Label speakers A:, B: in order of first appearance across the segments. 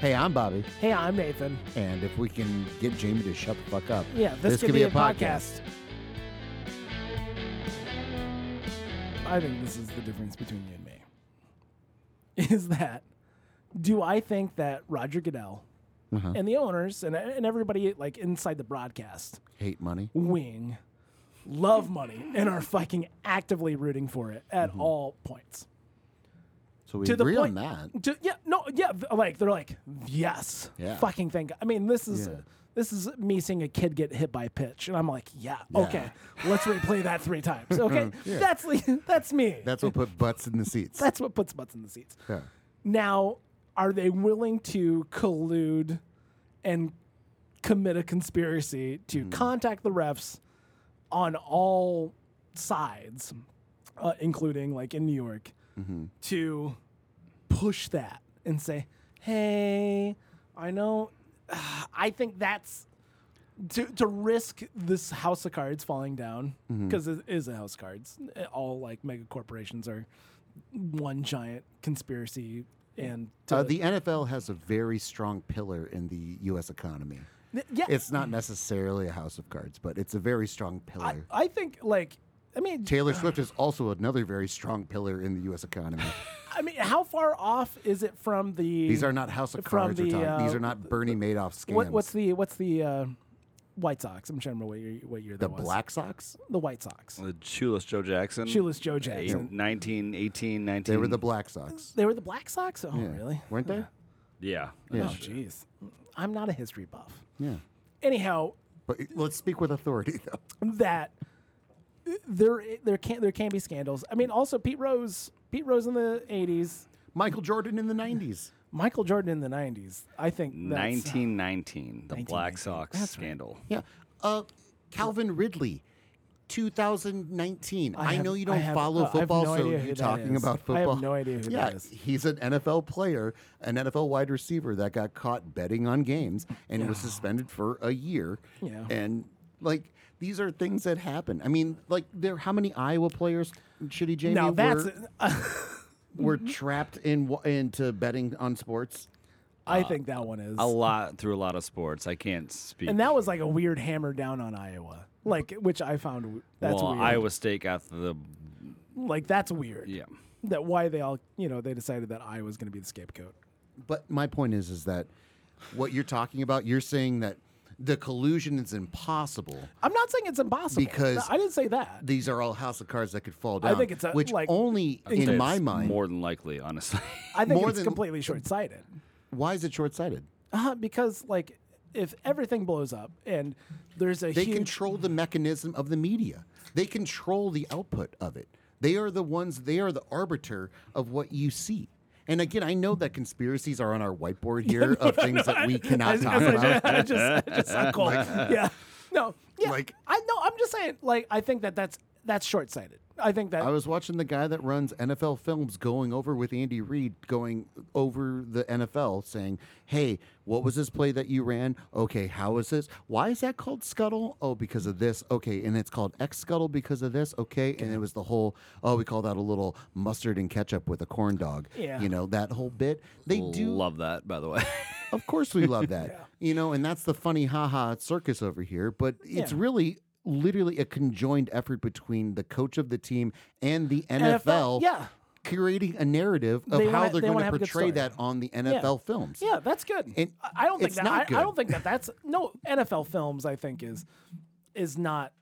A: Hey, I'm Bobby,
B: Hey, I'm Nathan.
A: and if we can get Jamie to shut the fuck up,
B: Yeah, this, could, be, a podcast. I think this is the difference between you and me. Is that do I think that Roger Goodell and the owners and, and everybody like inside the broadcast
A: Hate money.
B: wing love money and are fucking actively rooting for it at all points.
A: So we
B: To the
A: agree
B: point-
A: on that.
B: To- yeah, no, yeah, th- like they're like, yes,
A: Yeah.
B: fucking thing. I mean, this is
A: Yeah.
B: this is me seeing a kid get hit by a pitch, and I'm like, yeah,
A: Yeah.
B: okay, let's replay that three times. Okay, that's the- that's me.
A: That's what put butts in the seats.
B: that's what puts butts in the seats.
A: Yeah.
B: Now, are they willing to collude and commit a conspiracy to contact the refs on all sides, uh, including like in New York, to push that and say, hey, I know, I think that's. To, to risk this house of cards falling down because it is a house of cards. All like mega corporations are one giant conspiracy and to,
A: Uh, the NFL has a very strong pillar in the U.S. economy.
B: Th- yeah
A: It's not necessarily a house of cards, but it's a very strong
B: I,
A: pillar.
B: I think like i mean
A: Taylor Swift is also another very strong pillar in the U.S. economy.
B: i mean how far off is it from the
A: These are not house of
B: From
A: cards. we're
B: the,
A: talking-
B: uh,
A: These are not Bernie Madoff scams.
B: what, what's the what's the uh, white sox i'm trying to remember what year, what year
A: the
B: that was
A: Black Sox?
B: the white sox
C: The shoeless Joe Jackson.
B: Shoeless Joe
C: Eight-
B: Jackson.
C: 19, 18, 19.
A: They were the Black Sox.
B: they were the black sox oh
A: Yeah.
B: really
A: Weren't they?
C: Yeah.
B: oh jeez i'm not a history buff
A: Yeah.
B: anyhow
A: But it- let's speak with authority, though.
B: that there there can there can be scandals i mean also pete rose pete rose in the 80s
A: Michael Jordan in the 90s.
B: michael jordan in the 90s i think that's,
C: 1919, the Black Sox scandal.
A: Yeah. Uh, Calvin Ridley, 2019. I,
B: have-
A: know you
B: I
A: don't
B: have-
A: follow
B: uh, I have
A: football,
B: no
A: so
B: idea who
A: you're
B: that
A: talking
B: is.
A: about
B: I have
A: football.
B: no idea who
A: yeah,
B: that is.
A: He's an NFL player, an NFL wide receiver that got caught betting on games and was suspended for a year.
B: Yeah.
A: And, like, these are things that happen. I mean, like, there. How many Iowa players, Shitty Jamie,
B: now that's
A: were, were trapped in wa- into betting on sports?
B: i think that one is
C: A lot through a lot of sports. I can't speak.
B: And that was like a weird hammer down on Iowa, like which I found w- that's
C: well,
B: weird.
C: Iowa State got the
B: like that's weird.
C: yeah.
B: That why they all you know they decided that Iowa was going to be the scapegoat.
A: But my point is, is that what you're talking about? You're saying that the collusion is impossible.
B: I'm not saying it's impossible
A: Because
B: I didn't say that.
A: These are all house of cards that could fall
B: I
A: down.
B: think it's a-
A: which
B: like-
A: only in
C: That's
A: my mind.
C: more than likely, honestly.
B: I think
A: more
B: it's
A: than-
B: completely short sighted
A: why is it short sighted?
B: uh, because like if everything blows up and there's a
A: They
B: huge
A: control the mechanism of the media. They control the output of it. They are the ones. They are the arbiter of what you see. And again, I know that conspiracies are on our whiteboard here of things that we
B: I,
A: cannot
B: was-
A: talk
B: I was like,
A: about.
B: I just, I just sound cold. yeah. No. Yeah.
A: Like-
B: I know. I'm just saying. Like I think that that's that's short sighted. I think that
A: I was watching the guy that runs NFL Films going over with Andy Reid, going over the NFL, saying, "Hey, what was this play that you ran? Okay, how is this? Why is that called scuttle? Oh, because of this. Okay, and it's called X scuttle because of this. Okay, and it was the whole. Oh, we call that a little mustard and ketchup with a corn dog.
B: Yeah.
A: you know that whole bit. They do
C: love that, by the way.
A: of course we love that. You know, and that's the funny haha circus over here, but it's
B: Yeah.
A: really literally a conjoined effort between the coach of the team and the NFL,
B: NFL, yeah.
A: creating a narrative of
B: They
A: how
B: wanna-
A: they're
B: they
A: going
B: wanna
A: to
B: have a good
A: portray
B: story.
A: that on the NFL films.
B: Yeah, that's good.
A: And
B: I- I don't think
A: it's
B: that.
A: not
B: I, I don't
A: good.
B: think that that's no NFL films. I think is is not.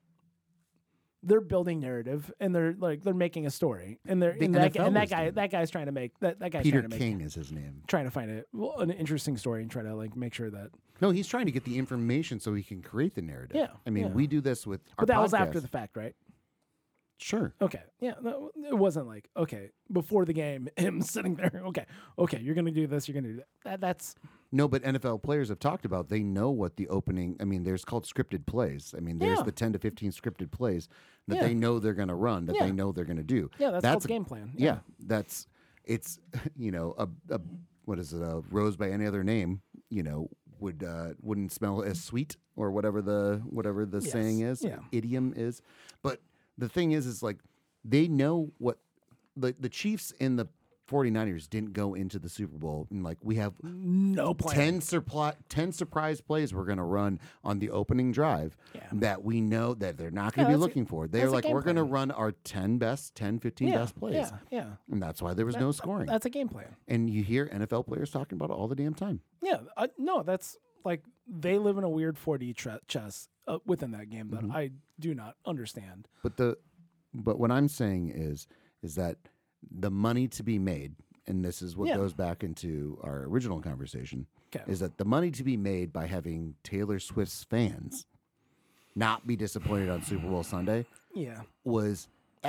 B: They're building narrative and they're like they're making a story and they're and that,
A: NFL
B: and that
A: is
B: guy
A: doing
B: that guy's trying to make that that guy's
A: Peter
B: trying to make
A: King is his name.
B: trying to find a well, an interesting story and try to like make sure that
A: No, he's trying to get the information so he can create the narrative.
B: Yeah,
A: I mean,
B: yeah.
A: we do this with our
B: but that was after
A: podcast.
B: the fact, right?
A: Sure.
B: Okay, yeah, no, it wasn't like okay before the game him sitting there. Okay, okay, you're gonna do this, you're gonna do that. that that's
A: No, but NFL players have talked about they know what the opening. I mean, there's called scripted plays. I mean, there's
B: Yeah.
A: the ten to fifteen scripted plays that
B: Yeah.
A: they know they're going to run, that
B: Yeah.
A: they know they're going to do.
B: yeah, that's, called
A: a-
B: game plan.
A: Yeah. that's it's you know a, a what is it a rose by any other name you know would uh, wouldn't smell as sweet or whatever the whatever the
B: Yes,
A: saying is
B: yeah.
A: idiom is, but the thing is is like they know what the the Chiefs and the 49ers didn't go into the Super Bowl and like we have
B: No plan.
A: 10 surpri- 10 surprise plays we're going to run on the opening drive
B: Yeah.
A: that we know that they're not going to
B: Yeah,
A: be
B: that's a-
A: looking for. They're
B: that's a
A: like
B: game
A: we're going to run our 10 best, 10 15
B: yeah,
A: best plays.
B: yeah, yeah.
A: And that's why there was no scoring.
B: That's a game plan.
A: and you hear NFL players talking about it all the damn time.
B: Yeah, uh, no, that's like they live in a weird 4D tre- chess uh, within that game that
A: Mm-hmm.
B: I do not understand.
A: But the but what I'm saying is is that the money to be made, and this is what
B: Yeah.
A: goes back into our original conversation,
B: 'Kay.
A: is that the money to be made by having Taylor Swift's fans not be disappointed on Super Bowl Sunday
B: Yeah,
A: was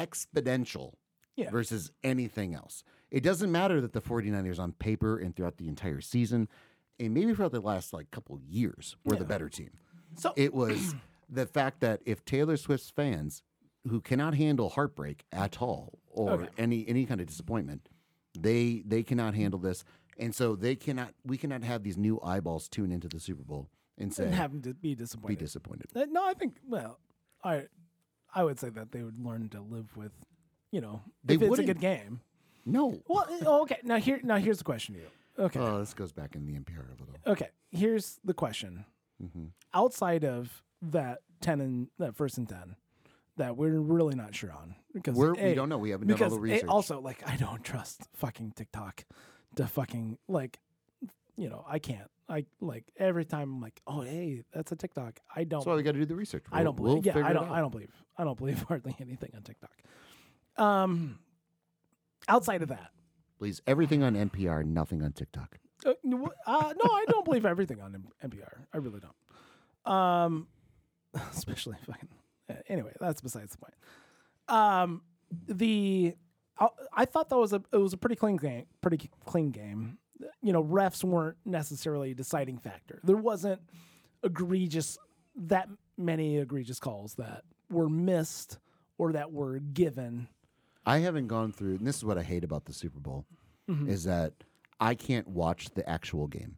A: exponential
B: Yeah.
A: versus anything else. It doesn't matter that the 49ers on paper and throughout the entire season and maybe throughout the last like couple years were the better team.
B: So-
A: it was the fact that if Taylor Swift's fans who cannot handle heartbreak at all or any any kind of disappointment, they they cannot handle this and so they cannot we cannot have these new eyeballs tune into the Super Bowl and say
B: and having to be
A: be
B: disappointed.
A: disappointed.
B: Uh, no, I think well, I I would say that they would learn to live with, you know,
A: They
B: if it's a
A: wouldn't.
B: good game.
A: No.
B: Well, uh, oh, okay. Now here, now here's the question to you. Okay,
A: Oh, this goes back in the NPR of it all.
B: okay. Here's the question.
A: Mm-hmm.
B: Outside of that ten and that first and ten, that we're really not sure on because
A: We're, we
B: A,
A: don't know. We haven't done all
B: because
A: the
B: it
A: research.
B: also like I don't trust fucking TikTok to fucking like you know I can't I like every time I'm like oh hey that's a TikTok I don't
A: That's why we got to do the research.
B: I don't
A: We'll- we'll
B: believe yeah I
A: figure it
B: don't
A: out.
B: I don't believe I don't believe hardly anything on TikTok um outside of that
A: Please, everything on NPR, nothing on TikTok.
B: uh, n- wh- uh, no I don't believe everything on M- NPR I really don't um especially fucking anyway that's besides the point um the I, I thought that was a it was a pretty clean game, pretty clean game. You know, refs weren't necessarily a deciding factor. There wasn't egregious that many egregious calls that were missed or that were given.
A: I haven't gone through, and this is what I hate about the Super Bowl,
B: Mm-hmm.
A: is that I can't watch the actual game.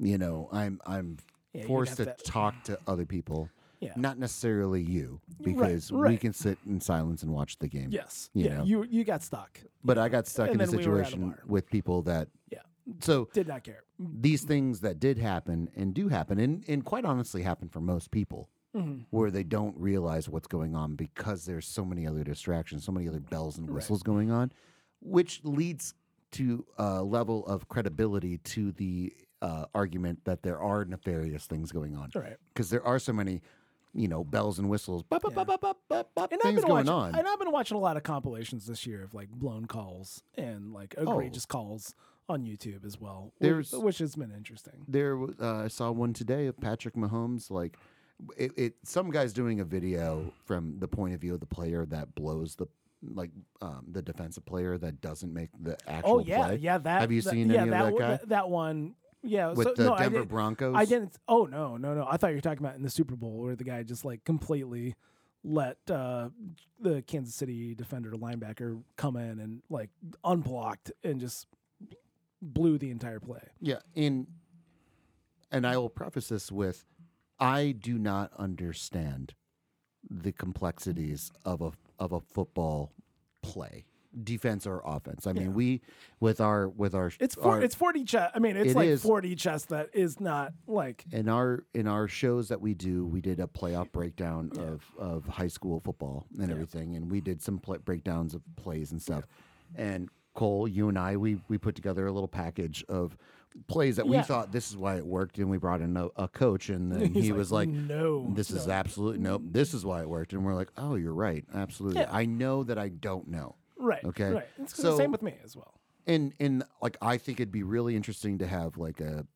A: You know, I'm I'm
B: you'd
A: forced to,
B: have to-
A: talk to other people,
B: Yeah.
A: not necessarily you, because we
B: right.
A: can sit in silence and watch the game.
B: Yes,
A: You
B: yeah,
A: know.
B: you you got stuck.
A: But I got stuck
B: And
A: in a
B: then we were at a
A: situation
B: bar.
A: with people that
B: Yeah,
A: so
B: did not care.
A: these things that did happen and do happen and, and quite honestly happen for most people where they don't realize what's going on because there's so many other distractions so many other bells and whistles going on which leads to a level of credibility to the uh, argument that there are nefarious things going on
B: Right.
A: because there are so many you know bells and whistles bop, bop,
B: Yeah.
A: bop, bop, bop, bop,
B: And I've
A: things
B: been
A: going on
B: watching, and I've been watching a lot of compilations this year of like blown calls and like egregious calls on YouTube as well. wh-
A: Oh. There's-
B: which has been interesting.
A: there w- uh, I saw one today of Patrick Mahomes like it, it some guy's doing a video from the point of view of the player that blows the like um, the defensive player that doesn't make the actual
B: Oh yeah,
A: play.
B: yeah. That
A: Have you
B: that-
A: seen
B: yeah,
A: any
B: that,
A: of that
B: one-
A: guy
B: That, that one, yeah.
A: with
B: so,
A: the
B: no, I
A: Denver
B: didn't-
A: Broncos?
B: I didn't. Oh no, no, no. I thought you were talking about in the Super Bowl where the guy just like completely let uh, the Kansas City defender linebacker come in and like unblocked and just blew the entire play.
A: Yeah, and and I will preface this with I do not understand the complexities of a of a football play, defense or offense. I mean, we with our with our
B: It's four,
A: our-
B: it's forty chess. I mean, it's
A: It
B: like
A: is.
B: forty chess that is not like
A: in our in our shows that we do, we did a playoff breakdown of of high school football and everything, and we did some play, breakdowns of plays and stuff. And Cole, you and I, we we put together a little package of plays that we
B: Yeah.
A: thought this is why it worked, and we brought in a, a coach, and then he was like,
B: no,
A: this is absolutely nope. This is why it worked, and we're like, oh, you're right, absolutely.
B: Yeah.
A: I know that I don't know."
B: right.
A: okay,
B: right. It's
A: so-
B: the same with me as well.
A: and and like I think it'd be really interesting to have like a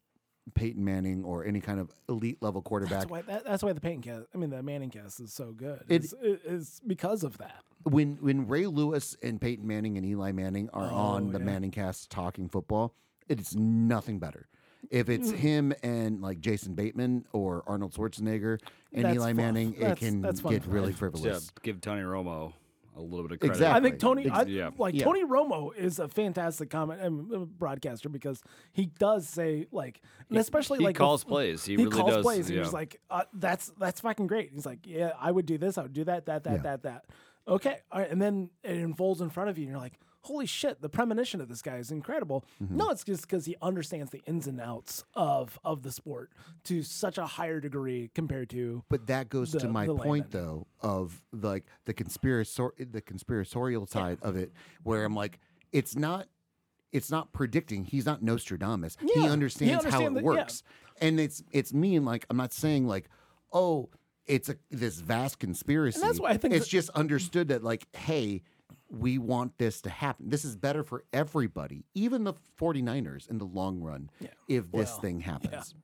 A: Peyton Manning or any kind of elite level quarterback
B: That's why that, that's why the Peyton cast. I mean, the Manning cast is so good.
A: It-
B: It's it is because of that.
A: when when Ray Lewis and Peyton Manning and Eli Manning are on the
B: Oh, yeah.
A: Manning cast talking football, it's nothing better. If it's
B: Mm.
A: him and like Jason Bateman or Arnold Schwarzenegger and
B: That's
A: Eli
B: fluff.
A: Manning, it
B: That's-
A: can
B: that's fun
A: get
B: fluff.
A: really
C: Yeah,
A: frivolous.
C: give Tony Romo a little bit of credit.
A: Exactly.
B: I think Tony, I,
C: Yeah.
B: like
A: Yeah.
B: Tony Romo, is a fantastic comment um, uh, broadcaster because he does say like, and especially
C: he
B: like the-
C: calls plays. He really
B: calls
C: does,
B: plays. and
C: yeah.
B: He's like, uh, that's that's fucking great. He's like, yeah, I would do this. I would do that. That that that that. Okay, all right, and then it unfolds in front of you, and you're like, holy shit, the premonition of this guy is incredible.
A: Mm-hmm.
B: No, it's just because he understands the ins and outs of of the sport to such a higher degree compared to
A: But that goes to
B: the-
A: my
B: the
A: point,
B: layman.
A: though, of like the conspirator, the conspiratorial side of it, where I'm like, it's not, it's not predicting. He's not Nostradamus.
B: Yeah,
A: He
B: he
A: understands how it
B: understand that- yeah.
A: works, and it's it's mean. Like I'm not saying like, oh, it's a this vast conspiracy.
B: that's why I think
A: it's
B: that-
A: just understood that like, hey. We want this to happen. This is better for everybody, even the 49ers in the long run, if this
B: Well,
A: thing happens.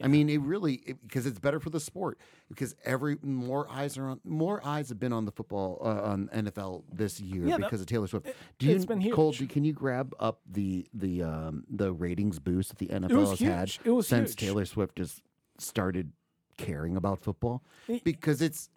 A: I mean, it really because it's better for the sport because every more eyes are on more eyes have been on the football uh, on NFL this year
B: Yeah, that-
A: because of Taylor Swift. Do you,
B: it's been huge.
A: Cole, do- can you grab up the the um, the ratings boost that the NFL
B: was
A: has had
B: huge. It was
A: since
B: huge.
A: Taylor Swift has started caring about football because it's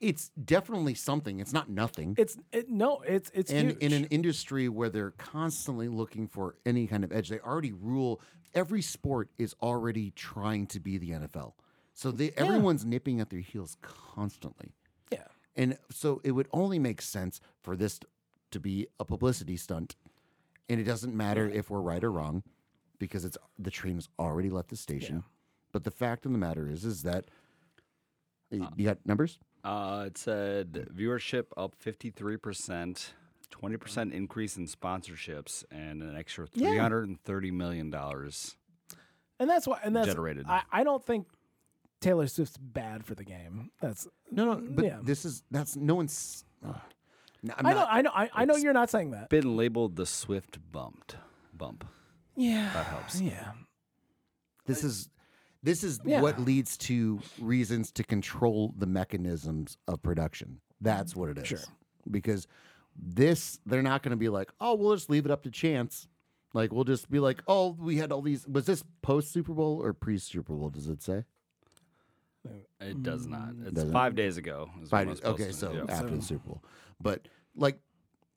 A: it's definitely something. It's not nothing.
B: it's it, no, it's it's
A: and
B: huge.
A: in an industry where they're constantly looking for any kind of edge, they already rule every sport is already trying to be the NFL. So they, everyone's nipping at their heels constantly.
B: yeah.
A: And so it would only make sense for this to be a publicity stunt. And it doesn't matter if we're right or wrong because it's the train has already left the station. But the fact of the matter is is that you got numbers?
C: Uh, it said viewership up 53%, 20% increase in sponsorships, and an extra $330 million. dollars
B: And that's why and that's
C: Generated.
B: I, I don't think Taylor Swift's bad for the game. That's
A: No, no, but
B: Yeah.
A: this is that's no one's ugh. No, I'm
B: i
A: not-
B: know I know I, I know you're not saying that.
C: Been labeled the Swift bumped. Bump.
B: Yeah.
C: That helps.
B: Yeah.
A: this is this is
B: Yeah.
A: what leads to reasons to control the mechanisms of production. That's what it is.
B: Sure.
A: Because this, they're not going to be like, oh, we'll just leave it up to chance. Like we'll just be like, oh, we had all these. Was this post Super Bowl or pre Super Bowl? Does it say?
C: It does not. It's
A: Doesn't?
C: five days ago. is when
A: Five
C: it was
A: days. Okay,
C: posted.
A: so
C: Yeah.
A: after the Super Bowl, but like,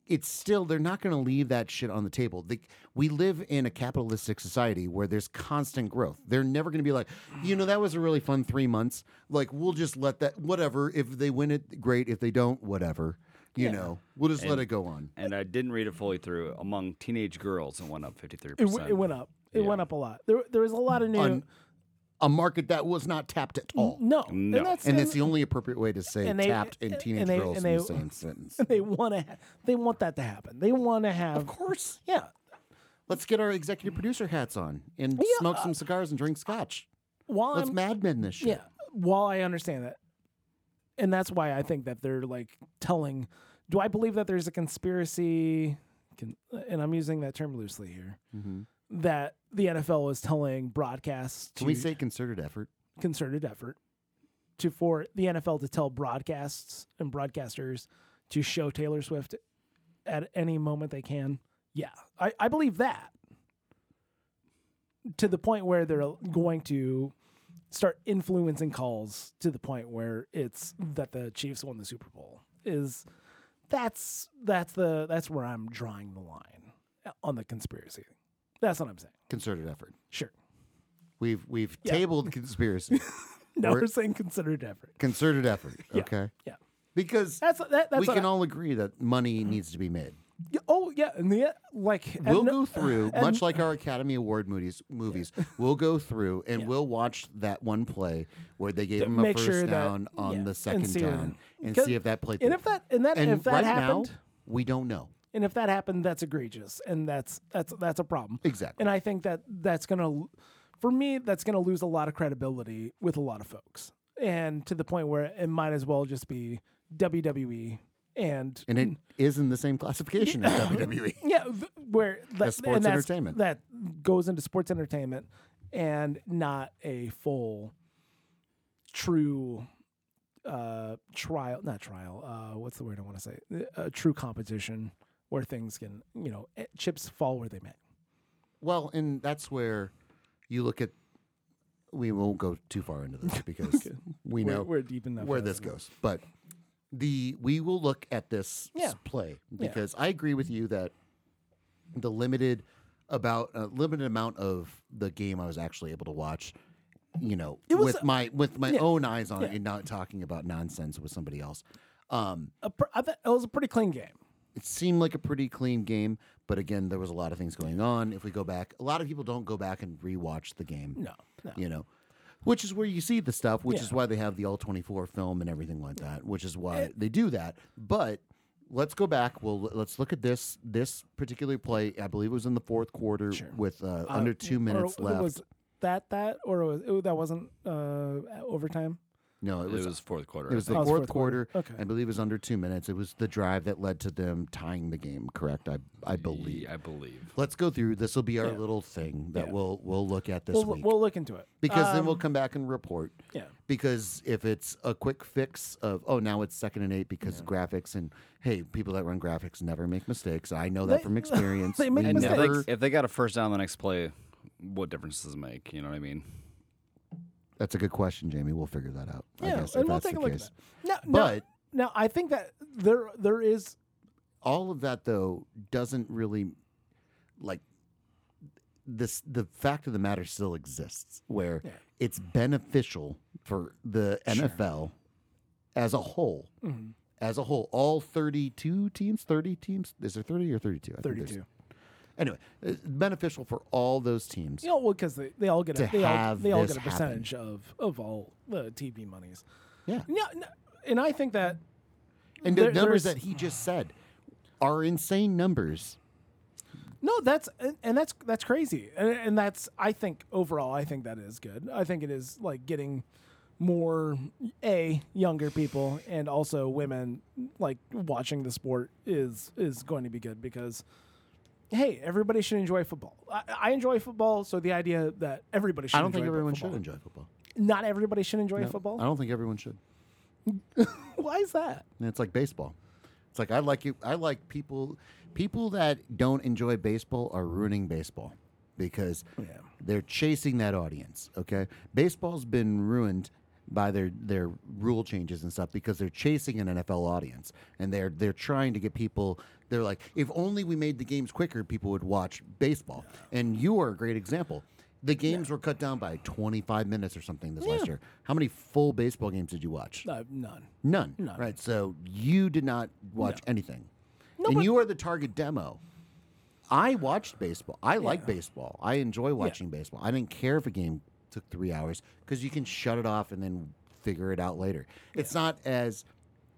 A: it's still they're not going to leave that shit on the table. They, we live in a capitalistic society where there's constant growth. They're never going to be like, you know, that was a really fun three months. Like, we'll just let that whatever. If they win it, great. If they don't, whatever. You know, we'll just let it go on.
C: And I didn't read it fully through. Among teenage girls, it went up 53%.
B: It, w- it went up. It went up a lot. There there was a lot of new
A: On a market that was not tapped at all.
B: No.
C: No.
B: And that's
A: And
B: and,
A: it's the only appropriate way to say
B: and they-
A: tapped and
B: and
A: teenage
B: they-
A: girls
B: and
A: in the
B: they-
A: same sentence.
B: they want to ha- they want that to happen. They want to have
A: Of course.
B: Yeah.
A: Let's get our executive producer hats on and smoke some cigars and drink scotch.
B: While
A: Let's
B: I'm
A: Mad Men this shit.
B: Um, Yeah. While I understand that. And that's why I think that they're like telling do I believe that there's a conspiracy can, and I'm using that term loosely here. That the NFL is telling broadcasts to
A: Mm-hmm. Can we say concerted effort?
B: concerted effort to for the NFL to tell broadcasts and broadcasters to show Taylor Swift at any moment they can. Yeah, I, I believe that to the point where they're going to start influencing calls to the point where it's that the Chiefs won the Super Bowl is that's that's the that's where I'm drawing the line on the conspiracy. That's what I'm saying.
A: Concerted effort.
B: Sure.
A: We've we've tabled conspiracy.
B: No,
A: We're-
B: we're saying concerted effort.
A: concerted effort. Okay.
B: Yeah.
A: Because
B: That's that, that's
A: we
B: what
A: can
B: I-
A: all agree that money needs to be made.
B: Yeah, Oh yeah, and the like. and
A: We'll
B: no-
A: go through, much like our Academy Award movies. Movies, we'll go through and we'll watch that one play where they gave him a
B: make
A: first
B: sure that-
A: down on
B: yeah,
A: the
B: and
A: second
B: see what-
A: down and
B: because-
A: see if that played.
B: and
A: through.
B: if that and that
A: and
B: if that
A: right
B: happened
A: now we don't know
B: and if that happened, that's egregious and that's that's that's a problem.
A: exactly.
B: And I think that that's gonna, l- for me, that's gonna lose a lot of credibility with a lot of folks, and to the point where it might as well just be WWE and
A: and it is in the same classification as E. WWE.
B: Hmm. Yeah, th- where that,
A: sports
B: and that's-
A: entertainment.
B: that goes into sports entertainment and not a full, true uh, trial. Not trial. Uh, what's the word I want to say? A true competition where things can you know eh, chips fall where they may.
A: Well, and that's where you look at. We won't go too far into this because we
B: We're-
A: know
B: we're deep enough.
A: where
B: in
A: this
B: it.
A: goes. But the we will look at this
B: Yeah.
A: s- play because I agree with you that the limited about uh, limited amount of the game I was actually able to watch, you know,
B: was
A: with
B: a-
A: my with my
B: yeah,
A: own eyes on it
B: yeah.
A: and not talking about nonsense with somebody else. Um,
B: A pr- I thought it was a pretty clean game.
A: It seemed like a pretty clean game, but again, there was a lot of things going on. If we go back, a lot of people don't go back and rewatch the game.
B: No, no.
A: You know, which is where you see the stuff, which is
B: Yeah.
A: why they have the all 24 film and everything like that, which is why they do that. But let's go back. Well, l- let's look at this this particular play. I believe it was in the fourth quarter with uh, under two
B: Or
A: minutes
B: it
A: left.
B: Was that that or was it, that wasn't uh, overtime?
A: no, it
C: It
A: was
C: was, fourth quarter.
A: It was the
B: Oh,
A: fourth,
B: it's fourth
A: quarter.
B: quarter.
A: I
B: Okay.
A: believe it was under two minutes. It was the drive that led to them tying the game, correct? I I believe.
C: I believe.
A: Let's go through. This will be our
B: Yeah.
A: little thing that
B: Yeah.
A: we'll we'll look at this
B: We'll,
A: week.
B: we'll look into it
A: because then we'll
B: Um,
A: come back and report.
B: Yeah.
A: Because if it's a quick fix of oh now it's second and eight because graphics and hey people that run graphics never make mistakes. I know that
B: They-
A: from experience.
B: they make
A: We
C: And if
B: mistakes.
A: never-
C: they, if they got a first down the next play, what difference does it make? You know what I mean?
A: That's a good question, Jamie. We'll figure that out. I
B: Yeah,
A: guess, if
B: and we'll
A: that's
B: take a
A: the
B: look
A: case.
B: at that. No,
A: But-
B: no, no, I think that there there is
A: all of that though doesn't really like this the fact of the matter still exists where
B: Yeah.
A: it's beneficial for the NFL as a whole
B: Mm-hmm.
A: as a whole all 32 teams 30 teams is there 30 or 32 I think there's-
B: 32.
A: anyway it's beneficial for all those teams
B: You know, well, because they, they all get
A: To
B: a, they all,
A: have
B: they all
A: this
B: get a percentage of of all the TV monies.
A: yeah
B: No, no, and I think that
A: and the
B: there-
A: numbers
B: there's-
A: that he just said are insane numbers
B: No, that's and- and that's that's crazy, and, and that's I think overall I think that is good. I think it is like getting more a younger people and also women like watching the sport is is going to be good because hey everybody should enjoy football. I, I enjoy football, so the idea that everybody should
A: I don't think
B: enjoy
A: everyone
B: football.
A: should enjoy football
B: Not everybody should enjoy
A: No, I
B: football.
A: don't think everyone should
B: Why is that?
A: And it's like baseball. It's like I like you. I like people. People that don't enjoy baseball are ruining baseball because
B: Yeah.
A: they're chasing that audience. Okay, baseball's been ruined by their their rule changes and stuff because they're chasing an NFL audience and they're they're trying to get people. They're like, if only we made the games quicker, people would watch baseball. And you are a great example. The games were cut down by 25 minutes or something this last year. How many full baseball games did you watch?
B: Uh, none.
A: None.
B: None.
A: Right. So you did not watch anything. and
B: but-
A: you are the target demo. I watched baseball. I like baseball. I enjoy watching baseball. I didn't care if a game took three hours because you can shut it off and then figure it out later. It's not as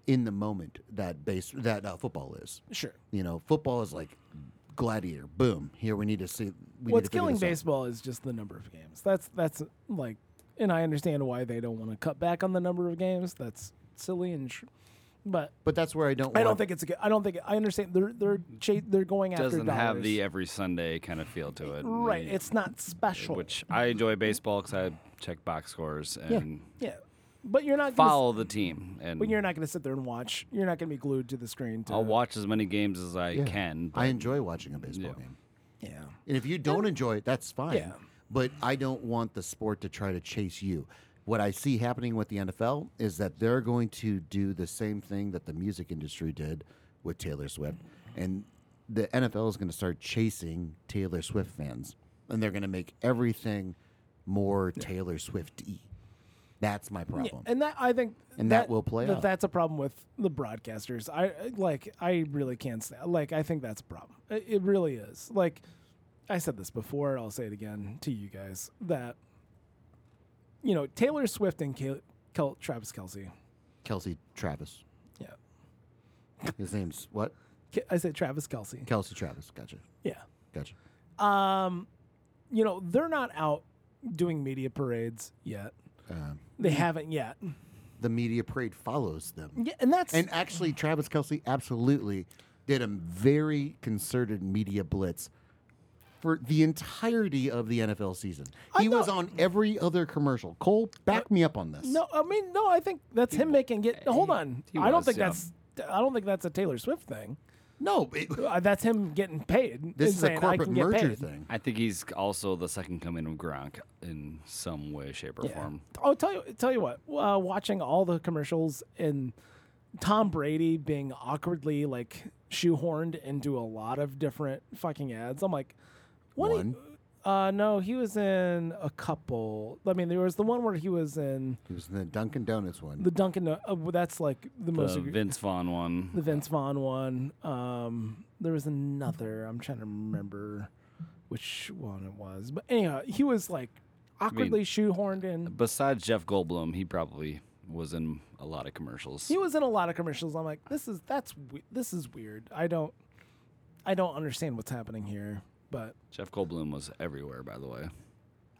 A: in the moment that base that uh, football is.
B: Sure.
A: You know, football is like gladiator. Boom. Here we need to see. We
B: What's
A: need to figure
B: killing
A: this out.
B: baseball is just the number of games. That's that's like, and I understand why they don't want to cut back on the number of games. That's silly and, tr- but
A: But that's where I don't.
B: I
A: want
B: don't think it's a good. I don't think I understand. They're they're cha- they're going after
C: Doesn't
B: dollars.
C: have the every Sunday kind of feel to it.
B: right.
C: Yeah.
B: It's not special.
C: which I enjoy baseball because I check box scores and
B: yeah, but you're not gonna, s-
C: follow the team. And
B: But you're not going to sit there and watch. You're not going to be glued to the screen. To,
C: I'll watch as many games as I
A: Yeah.
C: can. But
A: I enjoy watching a baseball
C: Yeah.
A: game.
B: Yeah.
A: And if you don't enjoy it, that's fine.
B: Yeah.
A: But I don't want the sport to try to chase you. What I see happening with the NFL is that they're going to do the same thing that the music industry did with Taylor Swift. And the NFL is going to start chasing Taylor Swift fans. And they're going to make everything more Taylor Swift y. That's my
B: Yeah,
A: problem.
B: and that I think
A: And that will play
B: that-
A: out.
B: That's a problem with the broadcasters. I like I really can't say like I think that's a problem. It, it really is. Like I said this before, I'll say it again to you guys that you know Taylor Swift and Kel- Kel- Travis Kelsey.
A: Kelsey Travis.
B: Yeah,
A: His name's what?
B: Ke- I said Travis Kelsey.
A: Kelsey Travis. Gotcha.
B: Yeah.
A: Gotcha.
B: Um, you know they're not out doing media parades yet.
A: Um,
B: They haven't yet.
A: the media parade follows them.
B: Yeah, and that's
A: And actually, Travis Kelsey absolutely did a very concerted media blitz for the entirety of the NFL season. He was on every other commercial. Cole, back me up on this.
B: No, I mean no. I think that's him making it. Hold on,
C: he
B: I don't
C: was,
B: think
C: yeah.
B: that's. I don't think that's a Taylor Swift thing.
A: no, it-
B: Uh, that's him getting paid.
A: this is
B: and
A: a
B: saying, "I
A: corporate
B: can get
A: merger
B: paid."
A: thing.
C: I think he's also the second coming of Gronk in some way, shape, or
B: Yeah.
C: form.
B: Oh, tell you, tell you what. Uh, watching all the commercials and Tom Brady being awkwardly like shoehorned into a lot of different fucking ads. I'm like, what? do you-
A: One.
B: Uh, no, he was in a couple. I mean, there was the one where he was in
A: He was in the Dunkin' Donuts one.
B: the Duncan. Uh, well, that's like the most.
C: The
B: agree-
C: Vince Vaughn one.
B: the Vince Vaughn one. Um, there was another. I'm trying to remember which one it was. But anyhow, he was like awkwardly shoehorned in.
C: Besides Jeff Goldblum, he probably was in a lot of commercials.
B: He was in a lot of commercials. I'm like, this is that's we- this is weird. I don't, I don't understand what's happening here. But
C: Jeff Goldblum was everywhere, by the way.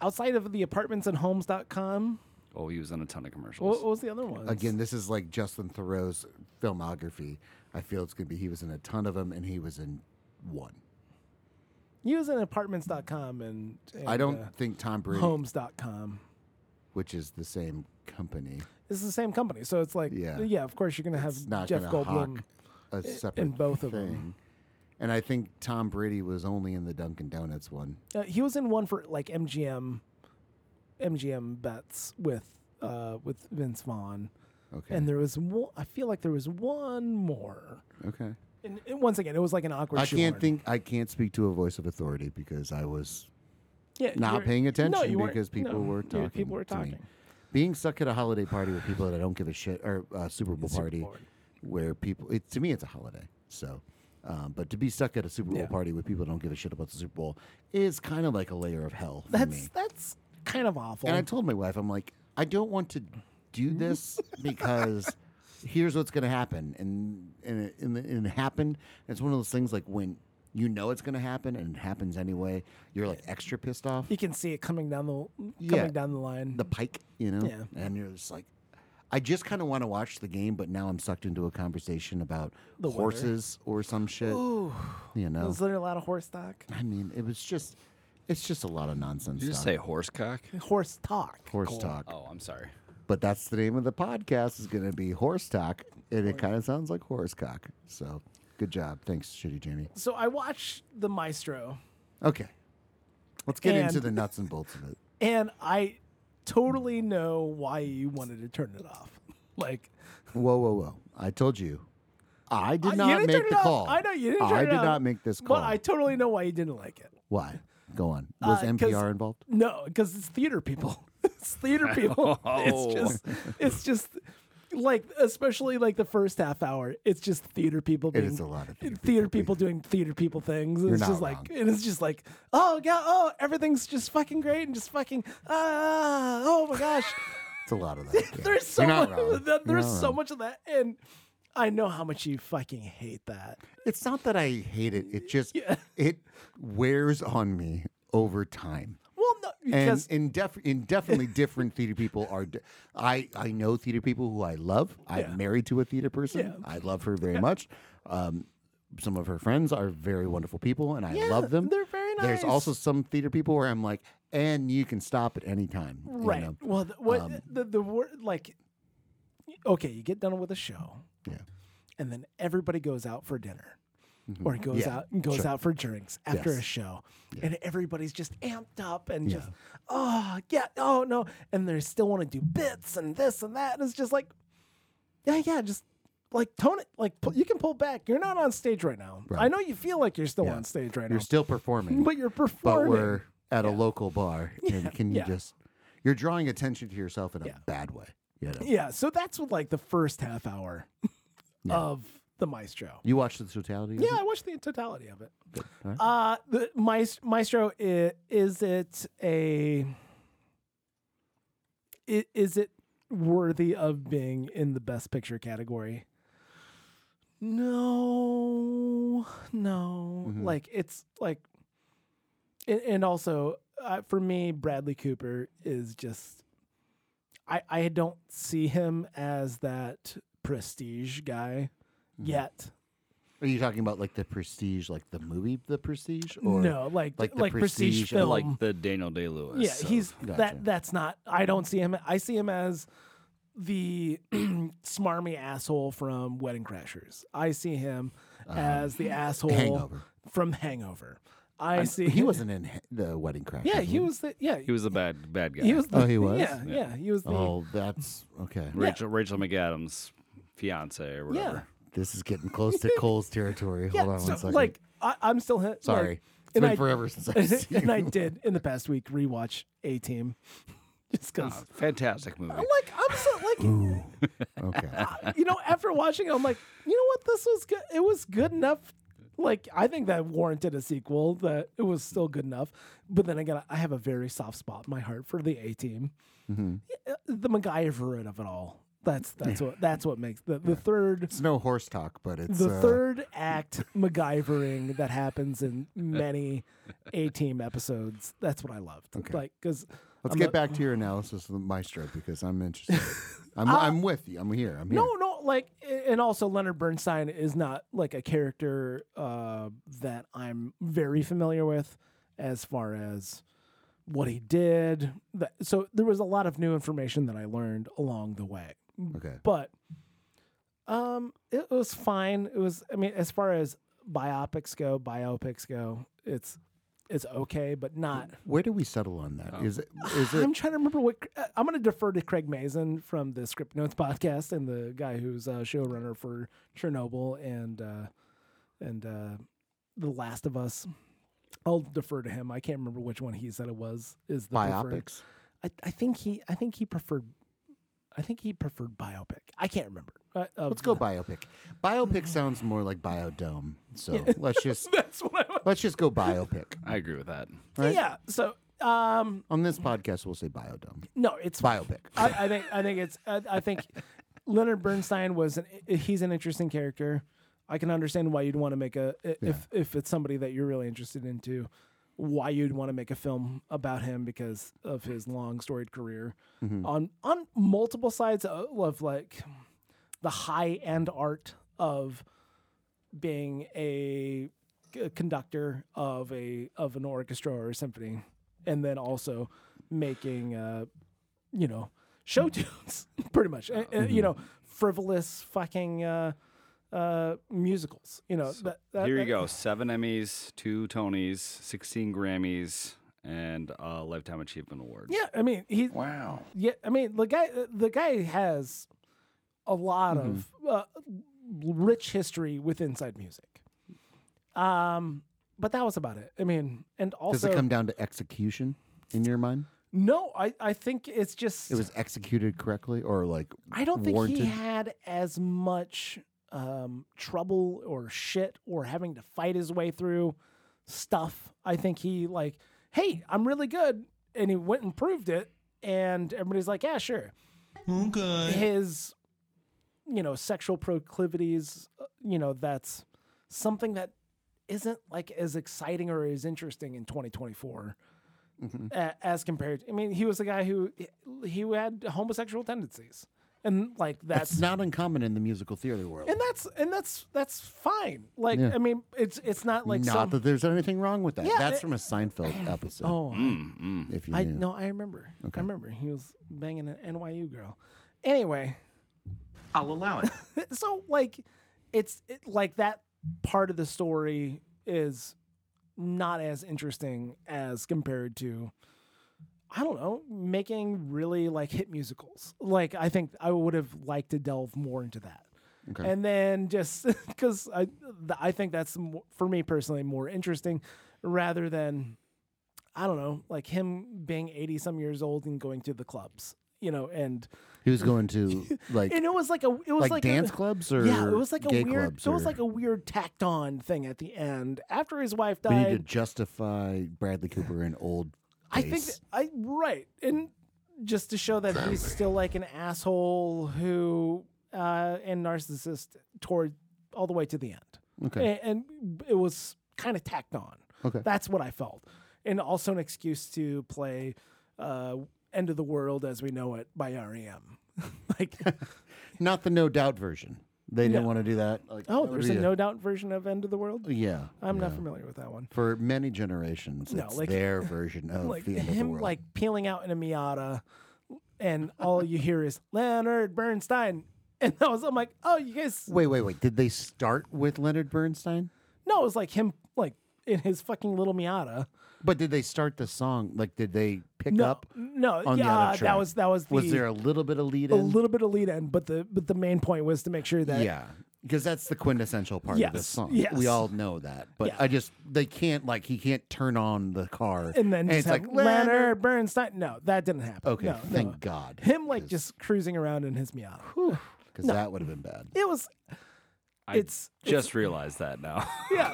B: outside of the apartments and homes.com,
C: Oh, he was in a ton of
B: what,
C: commercials.
B: what was the other one?
A: Again, this is like Justin Thoreau's filmography. I feel it's gonna be he was in a ton of them, and he was in one.
B: he was in apartments.com and, and
A: I don't
B: uh,
A: think Tom Brady,
B: homes.com.
A: which is the same company,
B: It's the same company, so it's like,
A: Yeah.
B: yeah, of course you're gonna have
A: it's not
B: Jeff
A: gonna
B: Goldblum.
A: hawk a separate
B: both
A: thing.
B: of 'em.
A: And I think Tom Brady was only in the Dunkin' Donuts one.
B: Uh, he was in one for like MGM, MGM bets with uh, with Vince Vaughn,
A: Okay.
B: and there was one. I feel like there was one more.
A: okay.
B: And, and once again, it was like an awkward.
A: I can't
B: shoehorn.
A: think. I can't speak to a voice of authority because I was
B: Yeah,
A: not
B: you're-
A: paying
B: no,
A: attention
B: you weren't-
A: because people
B: no,
A: were
B: you-
A: talking.
B: People were
A: to me.
B: talking.
A: Being stuck at a holiday party with people that I don't give a shit, or uh, Super Bowl
B: Super
A: party,
B: Bowl.
A: where people. It, to me, it's a holiday. So, um, but to be stuck at a Super Bowl
B: Yeah.
A: party with people that don't give a shit about the Super Bowl is kind of like a layer of hell for
B: That's
A: me.
B: that's kind of awful.
A: And I told my wife, I'm like, I don't want to do
B: Mm-hmm.
A: this because here's what's going to happen, and and it, and, it, and it happened. it's one of those things like when you know it's going to happen and it happens anyway, you're like extra pissed off
B: you can see it coming down the coming
A: Yeah.
B: down the line.
A: the pike, you know?
B: Yeah.
A: And you're just like, I just kind of want to watch the game, but now I'm sucked into a conversation about
B: The weather.
A: horses or some shit. You know?
B: was there a lot of horse talk?
A: I mean, it was just, it's just a lot of nonsense.
C: Did you just
A: talk.
C: say horsecock?
B: Horse talk.
A: horse
B: Cole.
A: talk?
C: Oh, I'm sorry.
A: But that's the name of the podcast is going to be Horse Talk, and it kind of sounds like horse cock. So good job, thanks, Shitty Jamie.
B: So I watched the Maestro.
A: Okay, let's get into
B: And-
A: the nuts and bolts of it.
B: And I totally know why you wanted to turn it off. Like
A: Whoa, whoa, whoa! I told you, I
B: I-
A: did
B: Uh, you
A: not
B: didn't turn
A: make
B: it
A: the
B: off.
A: call. Oh,
B: I know you didn't turn
A: I
B: it
A: did
B: off,
A: not make this call.
B: But I totally know why you didn't like it.
A: Why? Go on. Was
B: Uh, 'cause-
A: NPR involved?
B: No, because it's theater people. it's theater people.
A: Oh.
B: It's just it's just like especially like the first half hour, it's just theater people
A: It
B: being
A: is a lot of theater.
B: theater people doing theater people things. And
A: You're
B: it's
A: not
B: just
A: wrong.
B: like and it's just like, oh god, oh everything's just fucking great and just fucking ah oh my gosh.
A: It's a lot of that. yeah.
B: there's so
A: You're not
B: much
A: wrong. You're
B: that, there's
A: not
B: so
A: wrong.
B: much of that and I know how much you fucking hate that.
A: It's not that I hate it. It just
B: Yeah.
A: it wears on me over time.
B: Well, no,
A: and
B: because
A: indef- indefinitely different theater people are. d I I I know theater people who I love. I'm
B: Yeah.
A: married to a theater person.
B: Yeah.
A: I love her very much. Um, some of her friends are very wonderful people, and I
B: Yeah,
A: love them.
B: they're very
A: There's
B: nice.
A: also some theater people where I'm like, and you can stop at any time. you
B: right.
A: know?
B: Well, the, what
A: um,
B: the the word like okay, you get done with a show,
A: Yeah.
B: and then everybody goes out for dinner. Or goes
A: Mm-hmm. Yeah,
B: out goes
A: sure.
B: out for drinks after
A: Yes.
B: a show, and everybody's just amped up and just oh yeah oh no, and they still want to do bits and this and that. And it's just like, yeah yeah, just like tone it. Like pu- you can pull back. You're not on stage right now. I
A: Right.
B: know you feel like you're still
A: Yeah.
B: on stage right
A: You're
B: now,
A: still performing, but,
B: but you're performing.
A: we're at a local bar, and can you
B: yeah.
A: just? You're drawing attention to yourself in a
B: Yeah.
A: bad way. You know.
B: Yeah, so that's what, like the first half hour of the Maestro.
A: You watch the totality. of
B: Yeah,
A: it?
B: I watched the totality of it.
A: Alright.
B: Uh, the Maes- Maestro is, is it a i- is it worthy of being in the best picture category? No, no.
A: Mm-hmm.
B: Like it's like, and, and also uh, for me, Bradley Cooper is just. I I don't see him as that prestige guy
A: Mm-hmm.
B: yet.
A: Are you talking about like the Prestige, like the movie The Prestige, or
B: no, like
A: like
B: like,
A: the
B: prestige,
A: prestige
B: film.
A: of,
C: Like the Daniel Day Lewis.
B: Um, yeah, he's
A: Gotcha.
B: that. That's not. I don't see him. I see him as the smarmy asshole from Wedding Crashers. I see him as the asshole
A: Uh, Hangover.
B: from Hangover. I see.
A: He wasn't in he- the Wedding Crash.
B: Yeah, he was the. Yeah,
C: he was a bad bad guy.
B: He was. The,
A: Oh, he was?
B: Yeah,
C: Yeah.
B: yeah, He was the.
A: Oh, that's okay.
C: Rachel Rachel McAdams' fiance
B: yeah.
C: or whatever.
A: This is getting close to Cole's territory.
B: Yeah,
A: Hold on
B: so,
A: one second.
B: Like I, I'm still hit.
A: Sorry. It's been
B: I-
A: forever since I've seen
B: and I did in the past week rewatch A Team. Just because.
C: Uh,
A: Ah.
C: Fantastic movie.
B: I'm like, I'm so
A: Okay.
B: like, you know, after watching it, I'm like, you know what? This was good. It was good enough. Like, I think that warranted a sequel. That it was still good enough. But then again, I have a very soft spot in my heart for the A Team,
A: Mm-hmm.
B: the MacGyver of it all. That's that's what that's what makes the, the third
A: It's no horse talk, but it's
B: the
A: uh,
B: third act MacGyvering that happens in many A Team episodes. That's what I loved. Like, because
A: Let's get back to your analysis of the Maestro because I'm interested. I'm, I'm with you. I'm here. I'm here.
B: Uh, No, no, like, a- and also Leonard Bernstein is not like a character uh, that I'm very familiar with as far as what he did. That, so there was a lot of new information that I learned along the way.
A: Okay.
B: But um, it was fine. It was, I mean, as far as biopics go, biopics go, it's it's okay, but not.
A: Where do we settle on that?
B: Oh.
A: Is it is it
B: I'm trying to remember what uh, I'm going to defer to Craig Mazin from the Script Notes podcast and the guy who's uh, showrunner for Chernobyl and uh, and uh, The Last of Us. I'll defer to him. I can't remember which one he said it was. Is the preferred-
A: biopics?
B: I, I think he I think he preferred I think he preferred biopic. I can't remember. Uh, of
A: Let's go
B: the-
A: biopic. Biopic sounds more like biodome. So let's just
B: That's what I
A: let's just go biopic.
C: I agree with that.
A: Right?
B: Yeah. So um
A: On this podcast, we'll say biodome.
B: no, it's
A: Biopic.
B: I, I think I think it's I, I think Leonard Bernstein was an he's an interesting character. I can understand why you'd want to make a if if it's somebody that you're really interested into, why you'd want to make a film about him because of his long storied career on on multiple sides of, of like the high end art of being a c- conductor of a of an orchestra or a symphony, and then also making uh, you know show
C: Mm.
B: tunes pretty much, Uh, uh,
C: mm-hmm.
B: you know frivolous fucking uh, uh, musicals. You know that, that-
C: Here you
B: that-
C: go. Seven Emmys, two Tonys, 16 Grammys, and a Lifetime Achievement Award.
B: Yeah, I mean he
C: Wow.
B: Yeah, I mean the guy uh, the guy has a lot
A: Mm-hmm.
B: of uh, rich history with inside music. Um, but that was about it. I mean, and also
A: Does it come down to execution in your mind?
B: no, I I think it's just
A: It was executed correctly, or like
B: I don't think
A: warranted?
B: he had as much um, trouble or shit or having to fight his way through stuff. I think he like, hey, I'm really good, and he went and proved it, and everybody's like, yeah, sure. Okay. His, you know, sexual proclivities, uh, you know, that's something that isn't like as exciting or as interesting in 2024
A: Mm-hmm.
B: a- as compared. I mean, he was a guy who he had homosexual tendencies, and like
A: that's
B: that's
A: not uncommon in the musical theater world.
B: and that's and that's that's fine. Like I mean, it's it's not like
A: not
B: some,
A: that there's anything wrong with that.
B: Yeah,
A: that's
B: it-
A: from a Seinfeld episode.
B: oh
A: if you
B: I
A: knew.
B: no I remember I remember he was banging an NYU girl. Anyway,
D: I'll allow it.
B: so like it's it, like that part of the story is not as interesting as compared to I don't know, making really like hit musicals. Like I think I would have liked to delve more into that.
A: Okay.
B: And then just cuz I th- I think that's mo- for me personally more interesting rather than I don't know, like him being 80 some years old and going to the clubs, you know, and
A: He was going to like
B: and it was like a it was
A: like,
B: like, a-
A: dance clubs or
B: yeah, it was like a
A: gay
B: weird.
A: clubs.
B: it was
A: or-
B: like a weird tacked on thing at the end after his wife
A: We need to
B: died.
A: justify Bradley Cooper in old.
B: I think
A: days.
B: that, I right and just to show that he's still like an asshole who uh, and narcissist toward all the way to the end.
A: Okay.
B: A- and, it was kind of tacked on.
A: Okay.
B: that's what I felt, and also an excuse to play uh, "End of the World as We Know It" by REM. like,
A: not the no doubt version. They didn't
B: No.
A: want to do that. Like,
B: oh,
A: that would
B: there's
A: be
B: a no doubt version of "End of the World."
A: Yeah,
B: I'm not
A: Oh, yeah.
B: familiar with that one.
A: for many generations.
B: No,
A: it's
B: like-
A: their version of
B: like
A: the end of the
B: him
A: world.
B: like peeling out in a Miata, and all you hear is Leonard Bernstein, and I was I'm like, oh, you guys,
A: wait, wait, wait. Did they start with Leonard Bernstein?
B: no, it was like him like in his fucking little Miata.
A: But did they start the song? Like, did they pick
B: No,
A: up?
B: no,
A: on the
B: yeah,
A: other track?
B: that was that was the,
A: Was there a little bit of lead
B: a
A: in?
B: little bit of lead in, but the but the main point was to make sure that
A: yeah, because that's the quintessential part of
B: Yes,
A: this song.
B: yes.
A: We all know that, but
B: Yeah.
A: I just they can't like he can't turn on the car
B: and then just
A: it's
B: have
A: like
B: Leonard, Bernstein. No, that didn't happen.
A: Okay,
B: No,
A: thank
B: no.
A: God.
B: Him like just cruising around in his Miata.
A: because that would have been bad.
B: It was.
C: I
B: It's
C: just realized that now.
B: yeah.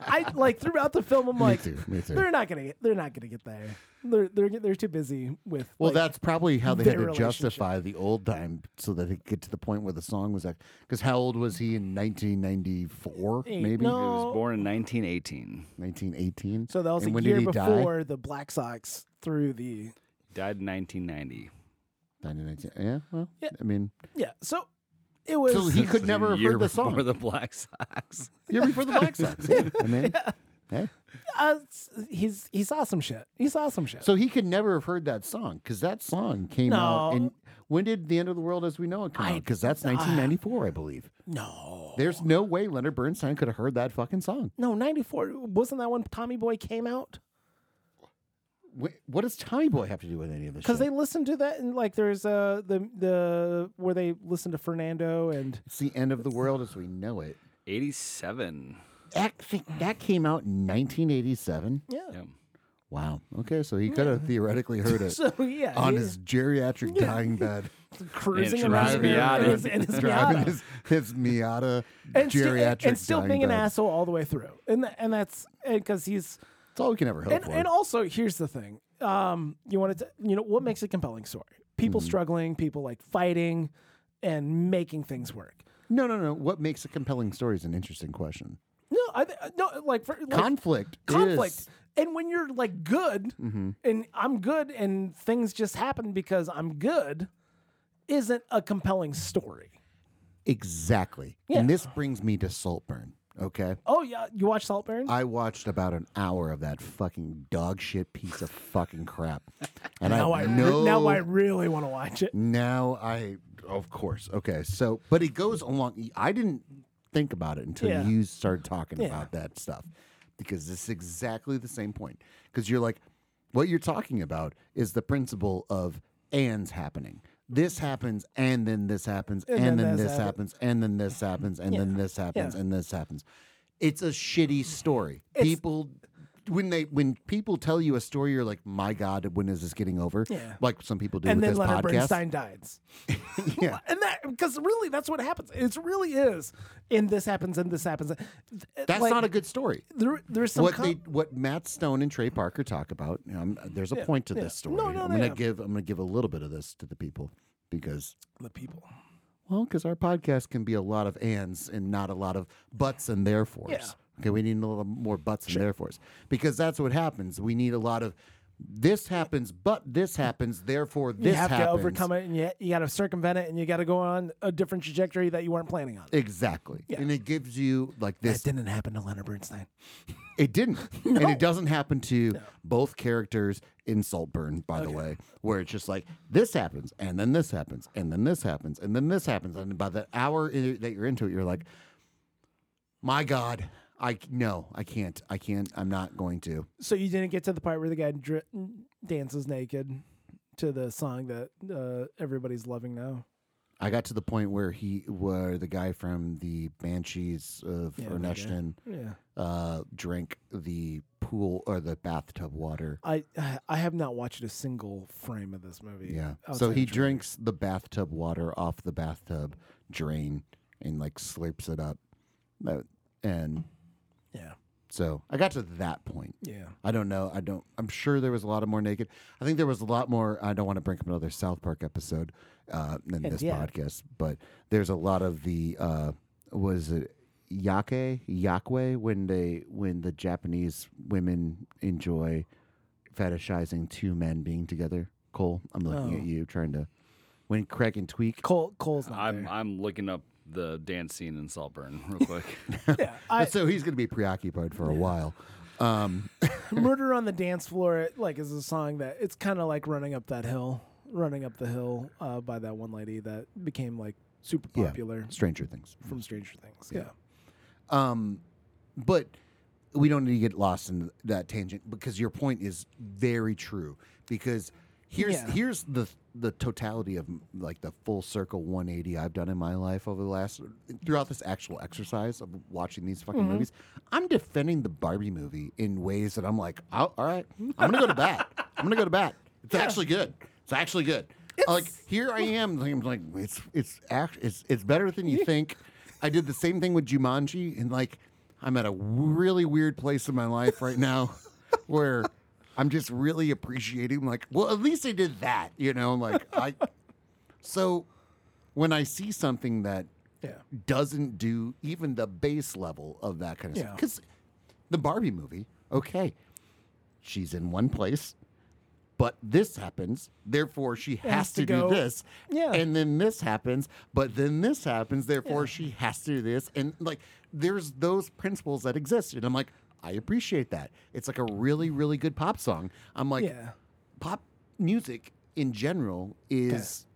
B: I like throughout the film. I'm like,
A: too, me too.
B: they're not gonna get. They're not gonna get there. They're they're they're too busy with.
A: Well,
B: like,
A: that's probably how they
B: their
A: had to
B: relationship.
A: justify the old time so that it get to the point where the song was like. Because how old was he in 1994?
B: Eight.
A: Maybe
C: He was
B: No.
C: born in 1918.
A: 1918.
B: So that was
A: and
B: a
A: when
B: year
A: did he Die?
B: before the Black Sox threw the.
C: Died in 1990.
A: 1919. Yeah. Well,
B: Yeah.
A: I mean,
B: Yeah. So it was.
A: so he could
C: It's a
A: never have
C: year
A: heard the song.
C: before the Black Sox.
A: year before the Black Sox. yeah, I mean, hey.
B: uh, s- he's he saw some shit. He saw some shit.
A: So he could never have heard that song because that song came out.
B: No.
A: And when did The End of the World as We Know It come out? Because that's
B: uh,
A: 1994, I believe.
B: no.
A: There's no way Leonard Bernstein could have heard that fucking song.
B: No, 94. Wasn't that when Tommy Boy came out?
A: Wh- What does Tommy Boy have to do with any of this?
B: Because
A: shit?
B: they listened to that and like there's uh the the where they listened to Fernando and
A: It's the end of the world as we know it.
C: 87.
A: That, thing- that came out in 1987.
B: yeah.
C: Yeah.
A: Wow. Okay, so he could have theoretically heard it
B: So yeah,
A: on
B: he-
A: his geriatric dying bed,
B: cruising
C: And
B: around
C: driving
B: in
C: Miata.
B: his, in his
A: driving
B: Miata.
A: his, his Miata
B: and still,
A: geriatric
B: and still
A: dying
B: being an
A: bed.
B: asshole all the way through. And th- and that's because he's
A: That's all we can ever hope
B: and,
A: for.
B: and also here's the thing. Um, you want to you know what makes a compelling story? People
A: Mm-hmm.
B: struggling, people like fighting, and making things work.
A: no, no, no. What makes a compelling story is an interesting question.
B: No, I th- no like for like,
A: conflict.
B: conflict.
A: is- Mm-hmm.
B: And when you're like good, and I'm good, and things just happen because I'm good, isn't a compelling story.
A: Exactly.
B: Yeah.
A: And this brings me to Saltburn. Okay.
B: Oh yeah, you watch Saltburn?
A: I watched about an hour of that fucking dog shit piece of fucking crap. And
B: now
A: I
B: I re-
A: know
B: now I really want to watch it.
A: Now I, of course, okay. So, but it goes along. I didn't think about it until
B: Yeah.
A: you started talking
B: Yeah.
A: about that stuff, because it's exactly the same point. Because you're like, what you're talking about is the principle of ands happening. This happens, and then this happens, and, then,
B: this
A: this
B: happen-
A: happens, and then this happens, and then this happens,
B: Yeah.
A: and this happens. It's a shitty story.
B: It's-
A: people. When they when people tell you a story, you're like, "My God, when is this getting over?"
B: Yeah.
A: Like some people do
B: And
A: with
B: then
A: this
B: Leonard
A: podcast.
B: Bernstein dies.
A: Yeah.
B: And that because really that's what happens. It really is. And this happens and this happens.
A: That's not a good story.
B: there, there's some
A: What
B: com-
A: they what Matt Stone and Trey Parker talk about. you know, I'm- uh, there's a point to
B: yeah.
A: this story.
B: No, no,
A: I'm
B: no,
A: gonna
B: yeah.
A: give I'm gonna give a little bit of this to the people because
B: the people.
A: well because our podcast can be a lot of ands and not a lot of buts and therefores. Okay, we need a little more buts and therefores because that's what happens. We need a lot of this happens, but this happens, therefore
B: You
A: this
B: have
A: happens.
B: to overcome it and you, you got to circumvent it and you got to go on a different trajectory that you weren't planning on.
A: Exactly, and it gives you like this
B: That didn't happen to Leonard Bernstein.
A: It didn't. And it doesn't happen to both characters in Saltburn, by the way, where it's just like this happens, and then this happens, and then this happens, and then this happens. And by the hour i- that you're into it, you're like, my God, I c- no, I can't. I can't. I'm not going to.
B: So you didn't get to the part where the guy dri- dances naked to the song that uh, everybody's loving now.
A: I got to the point where he, where the guy from the Banshees of
B: Yeah, that guy.
A: Erneshton
B: Yeah.
A: uh, drank the pool or the bathtub water.
B: I I have not watched a single frame of this movie.
A: Yeah.
B: outside
A: So
B: of
A: he
B: Trailer.
A: drinks the bathtub water off the bathtub drain and like slurps it up. That- And
B: Yeah.
A: so I got to that point.
B: Yeah.
A: I don't know. I don't. I'm sure there was a lot of more naked. I think there was a lot more. I don't want to bring up another South Park episode uh, in this
B: yeah.
A: podcast, but there's a lot of the uh, was it yake yakwe when they when the Japanese women enjoy fetishizing two men being together. Cole, I'm looking
B: Oh.
A: at you trying to when Craig and Tweak.
B: Cole Cole's not
C: I'm I'm looking up the dance scene in Saltburn real quick.
B: there. Yeah. I,
A: so he's going to be preoccupied for a while. Um,
B: Murder on the Dance Floor like is a song that it's kind of like running up that hill, running up the hill uh, by that one lady that became like super
A: Yeah.
B: popular
A: Stranger Things.
B: from Stranger Things. Yeah.
A: Um, but we don't need to get lost in that tangent because your point is very true. Because here's
B: Yeah.
A: here's the the totality of like the full circle 180 I've done in my life over the last throughout this actual exercise of watching these fucking movies. I'm defending the Barbie movie in ways that I'm like, oh, all right, I'm gonna go to bat. I'm gonna go to bat. It's actually good. It's actually good. like here I am. like, I'm like it's it's act, it's it's better than you think. I did the same thing with Jumanji, and like I'm at a really weird place in my life right now, where. I'm just really appreciating, like, well, at least they did that, you know. Like, I so when I see something that
B: Yeah.
A: doesn't do even the base level of that kind of
B: Yeah.
A: stuff, because the Barbie movie, okay, she's in one place, but this happens, therefore she has,
B: has
A: to,
B: to
A: do
B: go-
A: this,
B: Yeah.
A: and then this happens, but then this happens, therefore she has to do this, and like there's those principles that exist, and I'm like, I appreciate that. It's like a really, really good pop song. I'm like,
B: yeah.
A: pop music in general is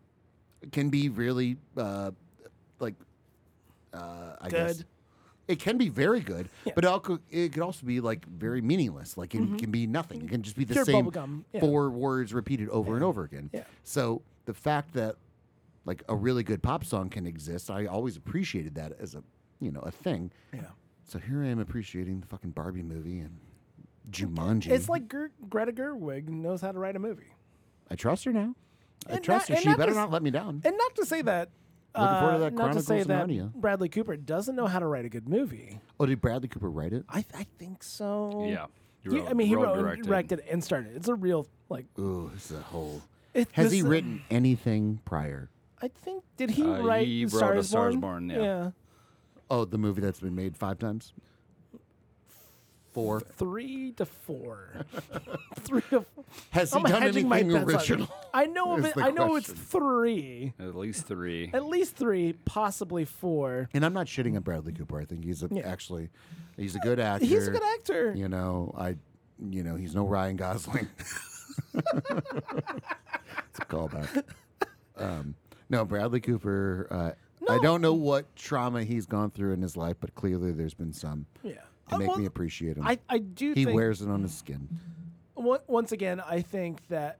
A: can be really uh, like uh, I guess
B: Good.
A: it can be very good, but it alco- it could also be like very meaningless. Like it can be nothing. It can just be the
B: Mm-hmm. Pure
A: same
B: bubblegum, yeah.
A: four words repeated over and over again.
B: Yeah.
A: So the fact that like a really good pop song can exist, I always appreciated that as a you know a thing.
B: Yeah.
A: So here I am appreciating the fucking Barbie movie and Jumanji.
B: It's like Ger- Greta Gerwig knows how to write a movie.
A: I trust her now. I
B: And
A: trust
B: not-
A: her.
B: and
A: She
B: not
A: better
B: just-
A: not let me down.
B: And not to say that.
A: Looking forward to
B: uh,
A: that
B: not to say
A: Chronicles of
B: that
A: Narnia.
B: Bradley Cooper doesn't know how to write a good movie.
A: Oh, did Bradley Cooper write it?
B: I, I think so.
C: Yeah. He
B: You- I
C: wrote-
B: mean, he
C: wrote,
B: wrote,
C: directed.
B: and directed and started. It's a real like.
A: Ooh, it's a whole.
B: It,
A: Has
B: this-
A: he written anything prior?
B: I think did he
C: Uh,
B: write
C: he
B: A
C: wrote
B: Star
C: A
B: is
C: Star is
B: Born?
C: Born, yeah.
A: Oh, the movie that's been made five times. Four.
B: three to four, three to. Four.
A: Has he
B: I'm
A: done
B: hedging my
A: anything
B: bets on it.
A: original?
B: I know of
A: Is
B: it.
A: the
B: I know it's
A: question.
B: three,
C: At least three.
B: at least three, possibly four.
A: And I'm not shitting at Bradley Cooper. I think he's a, actually, he's a good actor.
B: He's a good actor.
A: You know, I, you know, he's no Ryan Gosling. it's a callback. Um, no, Bradley Cooper. Uh, I don't know what trauma he's gone through in his life, but clearly there's been some
B: Yeah,
A: to
B: Uh,
A: make
B: well,
A: me appreciate him.
B: I I do.
A: he
B: think,
A: wears it on his skin.
B: on- once again, I think that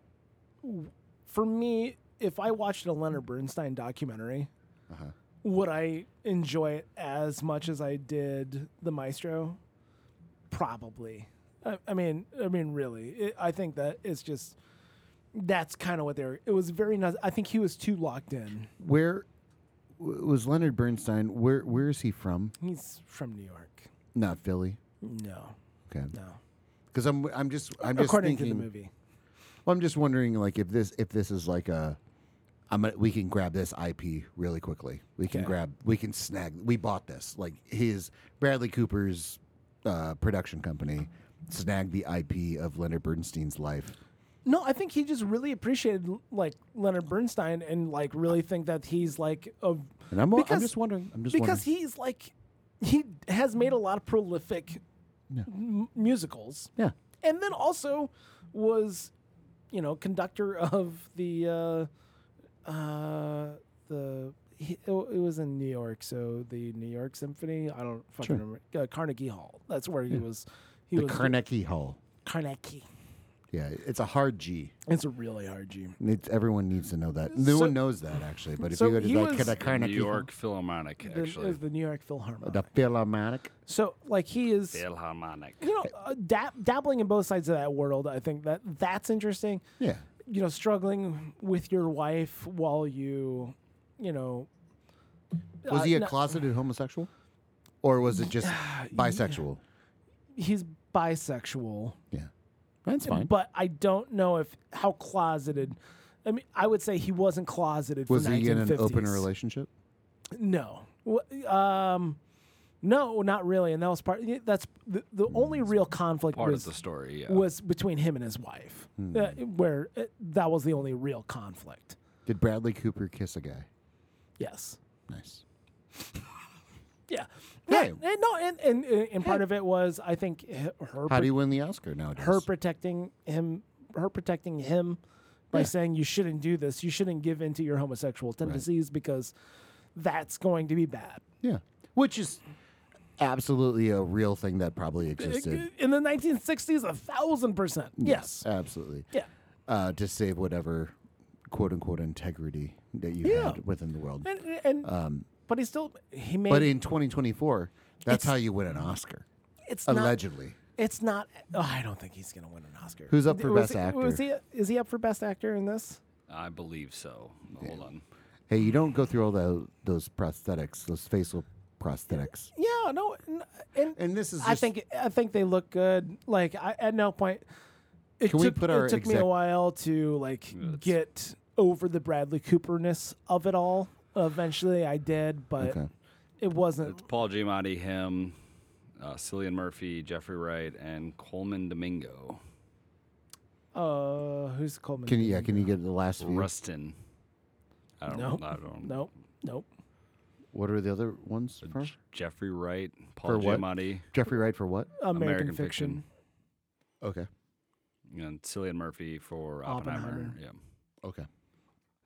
B: w- for me, if I watched a Leonard Bernstein documentary,
A: Uh-huh.
B: would I enjoy it as much as I did the Maestro? Probably. I, I mean, I mean, really, it, I think that it's just that's kind of what they were. It was very nice. I think he was too locked in.
A: Where w- was Leonard Bernstein? Where Where is he from?
B: He's from New York.
A: Not Philly.
B: No,
A: Okay.
B: no.
A: Because I'm I'm just I'm just
B: According
A: thinking.
B: to the movie,
A: Well, I'm just wondering, like, if this if this is like a, I'm gonna, we can grab this IP really quickly. We can
B: Okay.
A: grab, we can snag. We bought this. Like his Bradley Cooper's uh, production company snagged the IP of Leonard Bernstein's life.
B: no, I think he just really appreciated like Leonard Bernstein and like really think that he's like a
A: And I'm, I'm
B: Because-
A: just wondering. I'm just
B: because
A: wondering.
B: he's like he has made a lot of prolific m- musicals
A: yeah.
B: and then also was you know conductor of the uh uh the he, it w- it was in New York, so the New York Symphony. I don't fucking remember uh, Carnegie Hall. That's where he was. He
A: The
B: was
A: Carnegie Hall.
B: Carnegie.
A: Yeah, it's a hard G.
B: It's a really hard G.
A: It's, everyone needs to know that. No
B: So-
A: one knows that actually. But if
B: so
A: you go to
B: he
A: that,
B: was
A: the Carnegie
C: New York Philharmonic,
B: The,
C: actually.
B: is the New York
A: Hall,
B: Philharmonic.
A: the Philharmonic.
B: so like he is.
C: Philharmonic.
B: you know, uh, dab- dabbling in both sides of that world, I think that that's interesting.
A: Yeah.
B: You know, struggling with your wife while you, you know,
A: Was
B: Uh,
A: he a
B: no-
A: closeted homosexual, or was it just bisexual?
B: he's bisexual.
A: Yeah, that's fine.
B: But I don't know if how closeted. I mean, I would say he wasn't closeted.
A: Was
B: for
A: he in an open
B: 1950s.
A: relationship?
B: No. Wh- Um, no, not really. And that was part. That's the, the
A: Hmm.
B: only real conflict
C: Part
B: was
C: of the story, yeah.
B: was between him and his wife,
A: Hmm.
B: uh, where uh, that was the only real conflict.
A: Did Bradley Cooper kiss a guy?
B: Yes.
A: Nice.
B: Yeah.
A: Hey.
B: Yeah, and no, and, and, uh, and part of it was I think h- her
A: How
B: pro-
A: do you win the Oscar nowadays?
B: her protecting him her protecting him by saying you shouldn't do this. You shouldn't give in to your homosexual tendencies because that's going to be bad.
A: yeah, which is absolutely a real thing that probably existed.
B: In the 1960s, a thousand percent. Yes.
A: absolutely.
B: Yeah.
A: uh, to save whatever quote unquote integrity that you
B: Yeah.
A: had within the world.
B: And, and but he still he made
A: Um, But in 2024, that's
B: It's-
A: how you win an Oscar,
B: it's not
A: allegedly.
B: it's not. Oh, I don't think he's gonna win an Oscar.
A: Who's up for
B: Was
A: Best
B: he-
A: Actor?
B: Was he, is he up for best actor in this?
C: I believe so. Hold on.
A: hey, you don't go through all tho- those prosthetics, those facial prosthetics.
B: Yeah, no, n- and,
A: And this is
B: I
A: just-
B: think I think they look good. Like I, at no point. It
A: Can we
B: took,
A: put our
B: it took me
A: exec-
B: a while to like get over the Bradley Cooperness of it all. Eventually, I did, but
A: Okay.
B: it wasn't.
C: It's Paul Giamatti, him, uh, Cillian Murphy, Jeffrey Wright, and Coleman Domingo.
B: Uh, who's Coleman?
A: Can you, yeah, can you get the last few?
C: Rustin. I don't,
B: Nope.
C: I don't
B: Nope. Nope.
A: What are the other ones for?
C: Jeffrey Wright,
A: For
C: Paul
A: what?
C: Giamatti,
A: Jeffrey Wright for what?
B: American,
C: American
B: Fiction.
C: Fiction.
A: Okay.
C: and Cillian Murphy for Oppenheimer.
B: Oppenheimer.
C: Yeah.
A: Okay.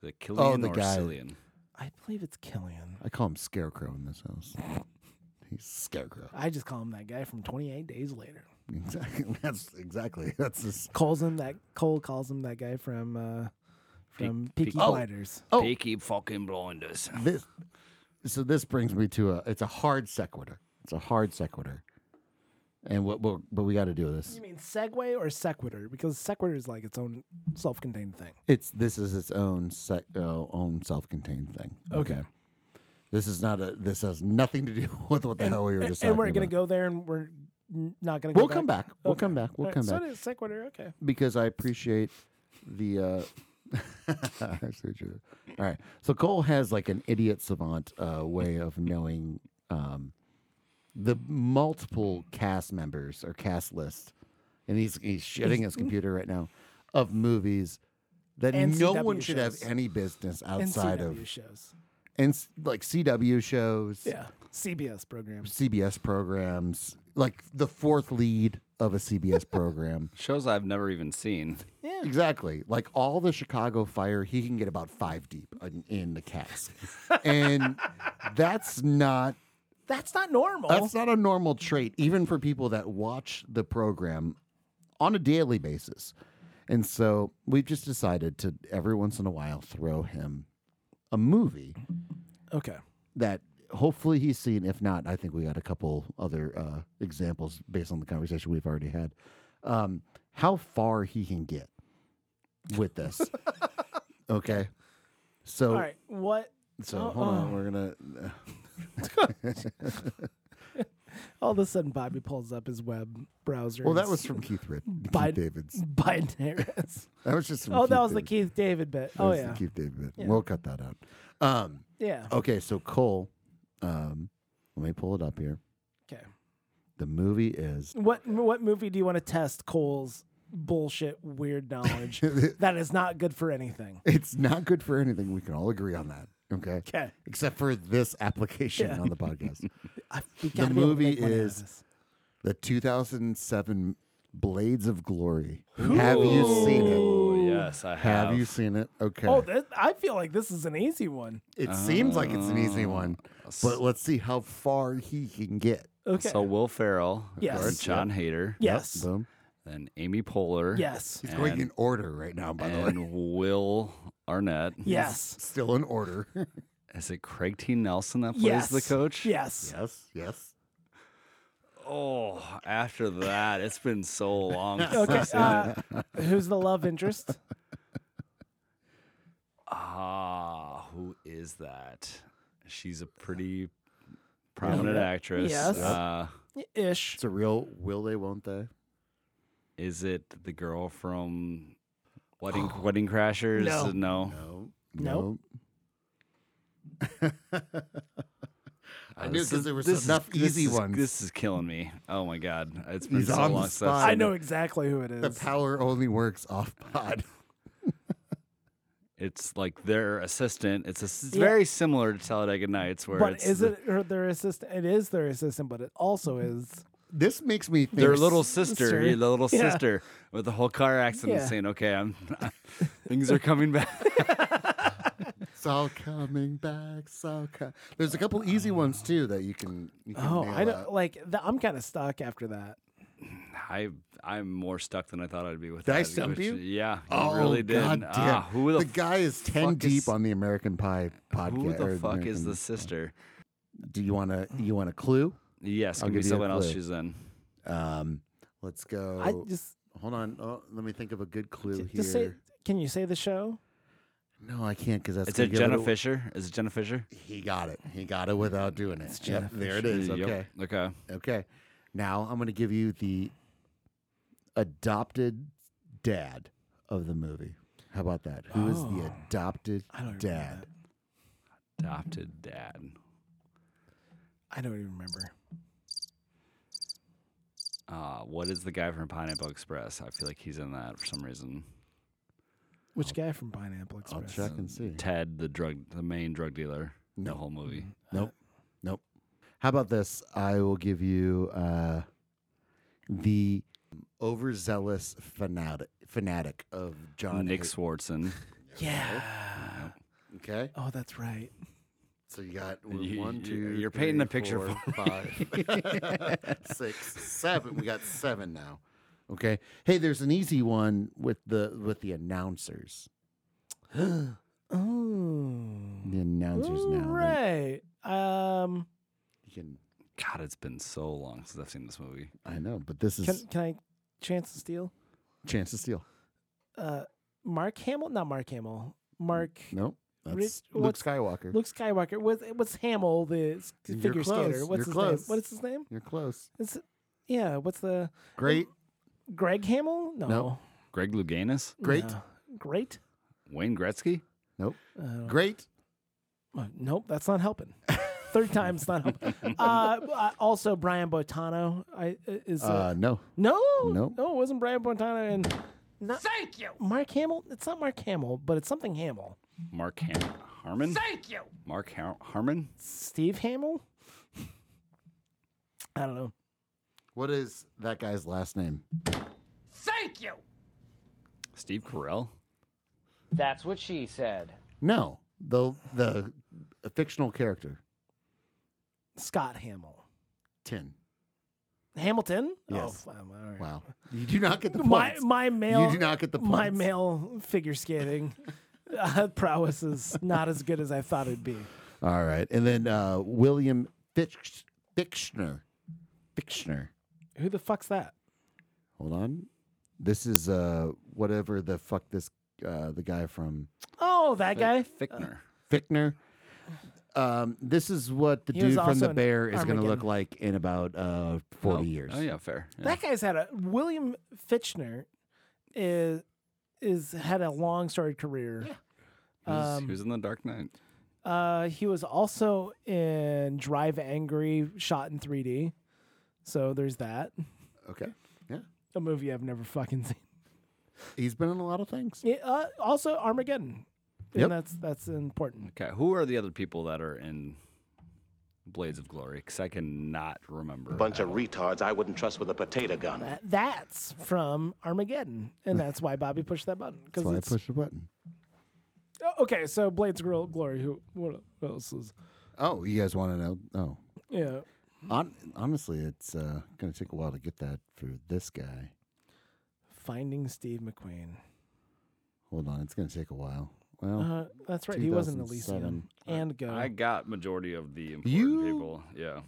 C: Is it Killian
A: Oh, the
C: or
A: guy.
C: Cillian?
B: I believe it's Killian.
A: I call him Scarecrow in this house. He's Scarecrow.
B: I just call him that guy from 28 Days Later.
A: Exactly. That's exactly. That's this.
B: Calls him that. Cole calls him that guy from uh, from Peaky
C: Peaky-
B: Blinders.
A: Oh.
C: They keep fucking blinders.
A: this so this brings me to a it's a hard sequitur it's a hard sequitur and what but, but we got to do this
B: You mean segue or sequitur? Because sequitur is like its own self-contained thing.
A: it's this is its own sec, uh, own self-contained thing
B: Okay.
A: this is not a this has nothing to do with what the hell we were
B: And,
A: just
B: and
A: talking
B: we're gonna
A: about.
B: go there, and we're n- not gonna.
A: we'll
B: go
A: come back we'll
B: Okay.
A: come back we'll
B: All right,
A: come
B: so
A: back
B: it is sequitur. Okay.
A: because i appreciate the uh I see what you're- all right so cole has like an idiot savant uh way of knowing um the multiple cast members or cast list, and he's he's shitting his computer right now of movies that
B: And
A: no
B: CW
A: one should
B: shows.
A: have any business
B: And
A: outside
B: CW
A: of
B: shows.
A: and s- like CW shows,
B: Yeah. CBS programs.
A: CBS programs, like the fourth lead of a CBS program.
C: Shows I've never even seen.
B: Yeah.
A: Exactly. Like all the Chicago Fire, he can get about five deep in, in the cast, and that's not
B: That's not normal.
A: That's not a normal trait, even for people that watch the program on a daily basis. And so we've just decided to every once in a while throw him a movie
B: okay.
A: that hopefully he's seen. If not, I think we got a couple other uh, examples based on the conversation we've already had. Um, how far he can get with this. okay. So,
B: All right. What?
A: so
B: Oh,
A: hold on.
B: oh.
A: We're uh, going to.
B: All of a sudden, Bobby pulls up his web browser.
A: Well,
B: and
A: that was
B: s-
A: from Keith, Rid-
B: Biden-
A: Keith David's.
B: Biden.
A: That was just. From
B: Oh,
A: Keith
B: that was the
A: David.
B: Keith David bit.
A: That
B: Oh
A: was the
B: yeah,
A: Keith David bit.
B: Yeah.
A: We'll cut that out. Um,
B: yeah.
A: okay, so Cole, um, let me pull it up here.
B: Okay.
A: The movie is
B: What what movie do you want to test Cole's bullshit weird knowledge that is not good for anything?
A: it's not good for anything. We can all agree on that. Okay.
B: Okay.
A: Except for this application
B: Yeah.
A: on the podcast.
B: I, we gotta
A: The
B: be able to
A: movie
B: make money out of
A: is-
B: this.
A: the 2007 Blades of Glory. Have you seen it?
C: Oh, yes, I have.
A: Have, you seen it? Okay.
B: Oh, that, I feel like this is an easy one.
A: it seems like it's an easy one, but let's see how far he can get.
B: Okay.
C: So Will Ferrell,
B: Yes.
C: or John Hader,
A: Yep,
B: yes.
A: boom.
C: then Amy Poehler,
B: yes.
A: He's going
C: And-
A: in order right now, by the way.
C: and Will Arnett.
B: Yes.
A: Still in order.
C: Is it Craig T. Nelson that plays
B: Yes.
C: the coach?
B: Yes.
A: yes, yes.
C: Oh, after that, it's been so long. since
B: Okay.
C: I've seen it.
B: Uh, who's the love interest?
C: Ah, who is that? She's a pretty prominent actress.
B: Yes.
C: Uh,
B: Ish.
A: It's a real will they, won't they?
C: is it the girl from Wedding Wedding Crashers?
B: Oh. No.
A: No.
B: Nope.
A: I knew
C: Uh, This
A: because
C: is-
A: there was
C: this is-
A: enough
C: this
A: easy
C: is-
A: ones.
C: This is killing me. Oh my god, it's been
A: He's
C: so
A: on the
C: long since I've
A: spot.
B: I
C: seen
B: know
C: it.
B: exactly who it is.
A: the power only works off pod.
C: It's like their assistant. It's, a, it's
B: Yeah.
C: very similar to Talladega Nights, where
B: but
C: it's
B: is
C: the-
B: it her, their assistant? It is their assistant, but it also is.
A: This makes me think.
C: their little sister,
B: sister.
C: yeah, the little
B: Yeah.
C: sister with the whole car accident,
B: Yeah.
C: saying, "Okay, I'm things are coming back."
A: It's all coming back. It's all co- There's a couple easy ones too that you can. You can
B: Oh,
A: nail
B: I
A: out.
B: don't like. The, I'm kind of stuck after that.
C: I I'm more stuck than I thought I'd be with
A: Did I
C: that.
A: stump
C: which-
A: you? Oh,
C: Yeah, you really did.
A: God damn.
C: Ah, who the,
A: the guy is ten
C: fuck is-
A: deep on the American Pie
C: f-
A: podcast.
C: who the
A: or
C: fuck is
A: American-
C: the sister?
A: Do you want to? You want a clue?
C: Yes,
A: I'll
C: give me
A: give you a
C: someone else
A: clue.
C: she's in.
A: Um, let's go.
B: I just
A: Hold on. Oh, let me think of a good clue
B: j-
A: here.
B: just say. Can you say the show?
A: no, I can't because that's
C: It's a
A: gonna give
C: Jenna
A: it a-
C: Fisher. Is it Jenna Fisher?
A: He got it. He got it without doing it.
B: Jenna
A: Yep, there it is.
C: Yep.
A: Okay.
C: Okay.
A: Okay. Now I'm going to give you the adopted dad of the movie. How about that? Who is the
B: Oh.
A: adopted
B: I don't remember
A: dad?
C: Adopted dad.
B: I don't even remember.
C: Uh, what is the guy from Pineapple Express? I feel like he's in that for some reason.
B: Which guy from Pineapple
A: I'll
B: Express?
A: check and see.
C: Ted, the drug, the main drug dealer.
A: No.
C: The whole movie.
A: Nope. Nope. How about this? I will give you uh, the overzealous fanatic fanatic of John
C: Nick
A: Hay-
C: Swartzen.
B: Yeah.
A: Ah. Okay.
B: Oh, that's right.
A: So you got
C: You-
A: one,
C: you-
A: two.
C: you're painting a
A: three,
C: picture
A: four,
C: for
A: five, six, seven. We got seven now. Okay. Hey, there's an easy one with the with the announcers.
B: Oh.
A: The announcers now. Right.
B: Right. Oh. Um.
A: You can.
C: God, it's been so long since I've seen this movie.
A: I know, but this is
B: Can can I chance to steal?
A: chance to steal.
B: Uh, Mark Hamill, not Mark Hamill. Mark
A: Nope. That's
B: Rich-
A: Luke
B: what's-
A: Skywalker.
B: Luke Skywalker. What's what's Hamill the s-
A: You're
B: figure skater?
A: close.
B: What's
A: You're
B: his name?
A: close.
B: What is his name?
A: You're close.
B: It's yeah. What's the
A: Great.
B: Greg Hamill? No.
A: No.
C: Greg Louganis,
A: Great.
B: No. Great.
C: Wayne Gretzky.
B: Uh,
A: Great.
B: Uh, nope, that's not helping. Third time's not helping. Uh, uh, also, Brian Botano I, uh, is uh,
A: Uh, no.
B: no,
A: no.
B: no. It wasn't Brian Botano and thank you, Mark Hamill. It's not Mark Hamill, but it's something Hamill.
C: Mark Ham- Harmon. Thank you. Mark Har- Harmon.
B: Steve Hamill. I don't know.
A: What is that guy's last name?
C: Steve Carell.
E: That's what she said.
A: No. The the fictional character.
B: Scott Hamill.
A: Tin.
B: Hamilton.
A: Yes.
B: Oh, um, all right.
A: Wow. You do not get the
B: My
A: points.
B: my male.
A: you do not get the points.
B: my male figure skating uh, prowess is not as good as I thought it'd be.
A: All right. And then uh, William Fitch, Fichtner. Fichtner.
B: Who the fuck's that?
A: Hold on. This is uh, whatever the fuck this, uh, the guy from
B: Oh, that guy.
C: Fickner.
A: Uh, Fichtner. Um, this is what the
B: He was
A: dude from
B: also
A: The
B: in
A: Bear is going to look
B: Armageddon.
A: like in about uh, 40 years.
C: Oh yeah, fair. Yeah.
B: That guy's had a William Fitchner is is had a long storied career.
C: He was-
B: Um,
C: he was in the Dark Knight.
B: Uh, he was also in Drive Angry, shot in 3D. So there's that.
A: Okay. Yeah.
B: A movie I've never fucking seen.
A: He's been in a lot of things.
B: Yeah, uh, also Armageddon.
A: Yep.
B: And that's that's important.
C: Okay, who are the other people that are in Blades of Glory? Because I cannot remember.
F: Bunch of retards I wouldn't trust with a potato gun.
B: That, Uh, that's from Armageddon, and that's why Bobby pushed that button
A: That's
B: because
A: why I
B: it's
A: pushed the button.
B: Oh, okay. So Blades of Gl- Glory. Who? What else is?
A: Oh, you guys want to know? Oh.
B: Yeah.
A: Hon- honestly, it's uh, going to take a while to get that for this guy.
B: Finding Steve McQueen.
A: Hold on. It's going to take a while. Well.
B: Uh, that's right. He was in
A: 2007.
B: Elysium and Go.
C: I got majority of the important
A: You-
C: people. Yeah.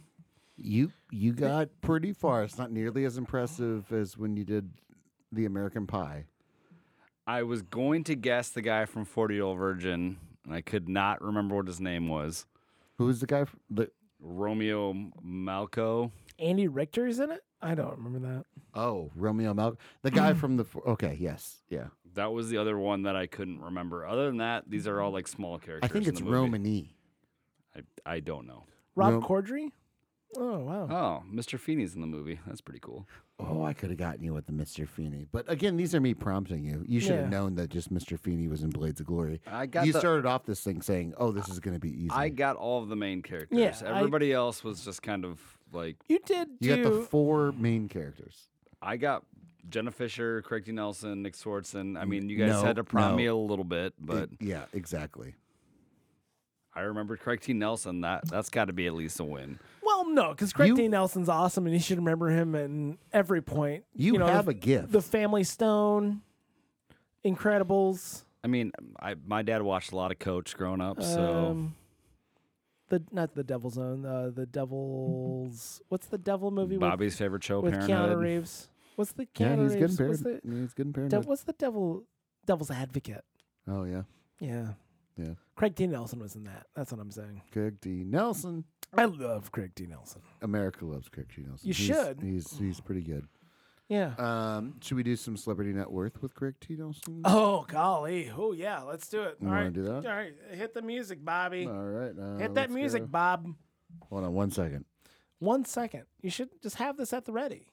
A: You you got pretty far. It's not nearly as impressive as when you did the American Pie.
C: I was going to guess the guy from 40 Year Old Virgin, and I could not remember what his name was.
A: Who was the guy? f- The
C: Romeo Malco.
B: Andy Richter's in it. I don't remember that.
A: oh Romeo Mal, the guy from the. f- Okay, yes, yeah.
C: That was the other one that I couldn't remember. Other than that, these are all like small
A: I
C: characters.
A: think
C: in
A: it's
C: the movie.
A: Romany.
C: I, I don't know.
B: Rob
A: No.
B: Corddry. Oh wow.
C: Oh, Mr. Feeney's in the movie. That's pretty cool.
A: Oh, I could have gotten you with the Mister Feeney, but again, these are me prompting you. You should
B: Yeah.
A: have known that just Mister Feeney was in Blades of Glory.
C: I got
A: you
C: the-
A: started off this thing saying, "Oh, this is going to be easy."
C: I got all of the main characters.
B: Yeah, I-
C: Everybody else was just kind of like
B: You did
A: you
B: do.
A: got the four main characters.
C: I got Jenna Fisher, Craig D. Nelson, Nick Swartzen. I mean, you guys
A: No,
C: had to prompt
A: no.
C: me a little bit, but
A: yeah, exactly.
C: I remember Craig T. Nelson. That that's got to be at least a win.
B: well, no, because Craig
A: You-
B: D. Nelson's awesome, and you should remember him in every point.
A: You
B: know,
A: have
B: the-
A: a gift.
B: The Family Stone, Incredibles.
C: I mean, I my dad watched a lot of Coach growing up, so
B: Um, the not the Devil's Own, uh, the Devil's. What's the Devil movie
C: Bobby's favorite show,
B: with, with Keanu
C: Parenthood.
B: Reeves? What's the Keanu
A: yeah, he's
B: Reeves?
A: getting paranoid.
B: What's the,
A: Yeah, he's getting paranoid.
B: de- what's the Devil Devil's Advocate?
A: oh yeah,
B: Yeah,
A: Yeah.
B: Craig D. Nelson was in that. That's what I'm saying.
A: Craig D. Nelson.
B: I love Craig D. Nelson.
A: America loves Craig D. Nelson.
B: You
A: He's-
B: should.
A: He's he's pretty good.
B: Yeah.
A: Um, should we do some celebrity net worth with Craig T. Nelson?
B: oh golly. Oh yeah. Let's do it.
A: You
B: All
A: wanna
B: right.
A: do that?
B: All right. Hit the music, Bobby.
A: All right. Uh,
B: Hit that
A: let's
B: music,
A: go.
B: Bob.
A: Hold on one second.
B: One second. You should just have this at the ready.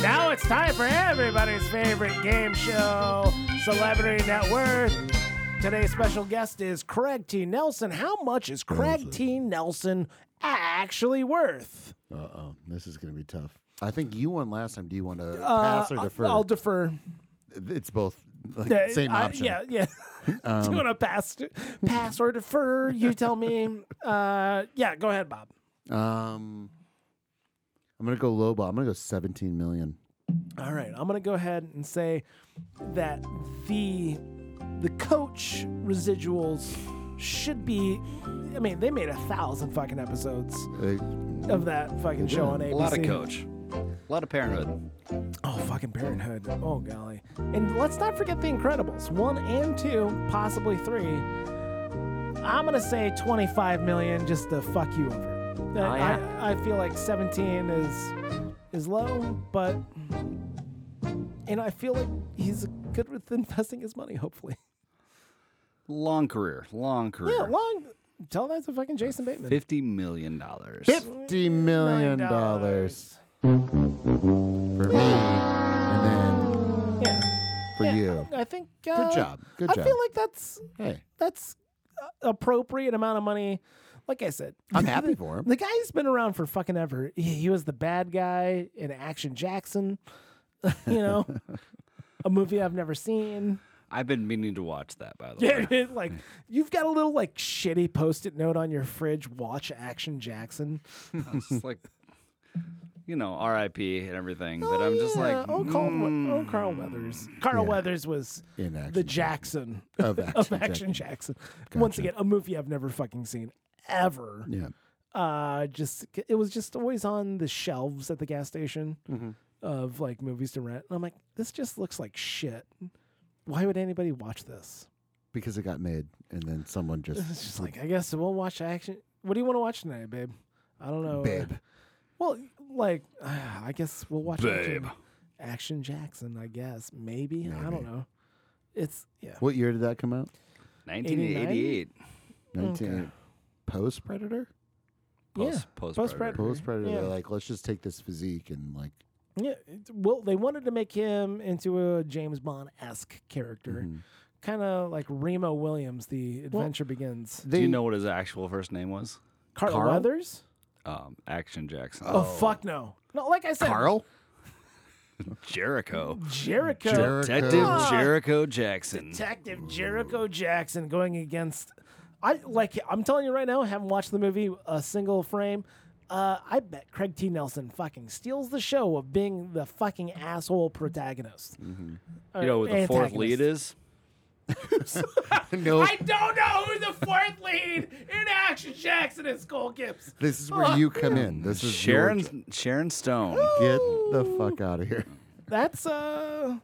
B: Now it's time for everybody's favorite game show, Celebrity Net Worth. Today's special guest is Craig T. Nelson. How much is Craig T. Nelson actually worth?
A: Uh oh, this is gonna be tough. I think you won last time. Do you want to pass or
B: I'll-
A: defer?
B: Uh, I'll, defer.
A: it's both. Like,
B: Yeah,
A: same
B: I-
A: option.
B: yeah, yeah. Do
C: Um,
B: you want to pass, pass or defer? You tell me. Uh, yeah, go ahead, Bob.
A: Um, I'm gonna go low ball. I'm gonna go 17 million.
B: All right, I'm gonna go ahead and say that the the coach residuals should be. I mean, they made a thousand fucking episodes
A: Uh,
B: of that fucking show on ABC.
C: A lot of Coach, a lot of Parenthood.
B: Oh, fucking Parenthood. Oh golly. And let's not forget The Incredibles, one and two, possibly three. I'm gonna say 25 million just to fuck you over. I,
E: yeah.
B: I, I feel like 17 is is low, but and I feel like he's good with investing his money. Hopefully,
C: Long career, long career.
B: yeah. Long. Tell that to fucking Jason Bateman.
C: Fifty million dollars.
A: 50 million dollars for me, and then
B: Yeah.
A: for
B: Yeah,
A: you.
B: I think. Uh,
A: job. Good
B: I
A: job.
B: feel like that's
A: Hey,
B: that's a- appropriate amount of money. Like I said,
A: I'm happy for him.
B: The guy's been around for fucking ever. He, he was the bad guy in Action Jackson, you know, a movie I've never seen.
C: I've been meaning to watch that by the
B: Yeah,
C: way.
B: it- like you've got a little like shitty post-it note on your fridge. Watch Action Jackson.
C: It's just like you know, R.I.P. and everything. but I'm just
B: Yeah,
C: like,
B: oh Carl,
C: mm,
B: oh Carl Weathers. Carl
A: Yeah.
B: Weathers was
A: In Action
B: the Jackson
A: Of
B: of
A: Action
B: Action Jackson. Once
A: Gotcha.
B: again, a movie I've never fucking seen ever.
A: yeah.
B: uh just it was just always on the shelves at the gas station of like movies to rent and i'm like this just looks like shit why would anybody watch this
A: Because it got made, and then someone just,
B: it's just like i guess we'll watch action what do you want to watch tonight babe i don't know
A: Babe.
B: well like i guess we'll watch babe action, action jackson i guess maybe, i don't know it's yeah
A: What year did that come out?
C: 1988.
A: 19 Post Predator?
C: Post,
B: Yeah, Post
C: post, Predator.
B: Predator.
A: Post Predator.
B: Mm-hmm. Yeah.
A: They're like, let's just take this physique and like,
B: Yeah, it- well, they wanted to make him into a James Bond esque character, kind of like Remo Williams. The adventure begins.
A: they
C: Do you know what his actual first name was?
B: Carl,
C: Carl?
B: Weathers?
C: Um, Action Jackson.
B: Oh. fuck no! No, like I said,
A: Carl?
C: Oh, Jericho.
B: Jericho,
C: Detective
B: Ah.
A: Jericho.
C: Jericho Jackson.
B: Detective Jericho Jackson going against. I like. I'm telling you right now, I haven't watched the movie a single frame. Uh, I bet Craig T. Nelson fucking steals the show of being the fucking asshole protagonist.
C: You know who the fourth
B: uh, Antagonist.
C: lead is?
A: no.
B: I don't know who the fourth lead in Action Jackson is. Cole Gibbs.
A: This is where you come in. This is your
C: Sharon
A: job.
C: Sharon Stone.
A: Get the fuck out of here.
B: That's uh,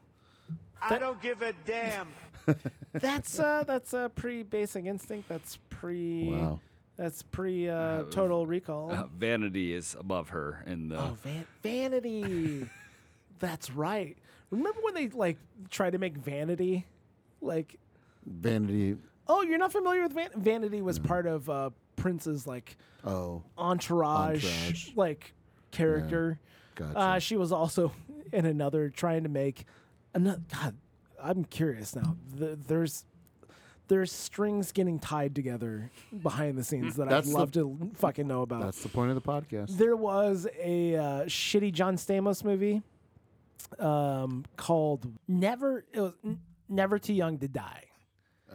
G: I don't give a damn.
B: that's uh, that's uh, pre Basic Instinct. That's pre.
A: Wow.
B: That's pre uh, Total Recall.
C: Uh, Vanity is above her in the
B: oh, van- Vanity. that's right. Remember when they like tried to make Vanity, like
A: Vanity.
B: oh you're not familiar with Van- Vanity was part of uh, Prince's like
A: Oh,
B: entourage,
A: Entourage.
B: like character.
A: gotcha.
B: Uh, she was also in another trying to make another. God, I'm curious now. The, there's there's strings getting tied together behind the scenes that I'd
A: That's the-
B: love to fucking know about.
A: That's the point of the podcast.
B: There was a uh, shitty John Stamos movie um, called Never. It was N- Never Too Young to Die,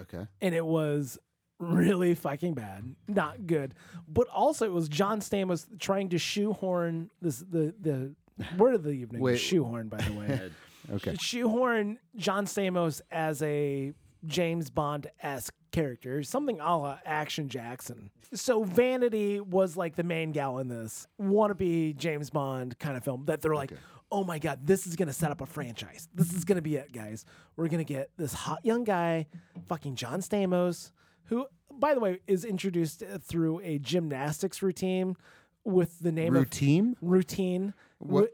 A: Okay.
B: and it was really fucking bad, not good. But also, it was John Stamos trying to shoehorn this the the word of the evening.
A: Wait.
B: Shoehorn, by the way.
A: Okay.
B: Shoehorn John Stamos as a James Bond esque character, something a la Action Jackson. So Vanity was like the main gal in this wannabe James Bond kind of film that they're like, oh my God, this is going to set up a franchise. This is going to be it, guys. We're going to get this hot young guy, fucking John Stamos, who, by the way, is introduced uh, through a gymnastics routine with the name
A: Routine?
B: of routine.
A: What-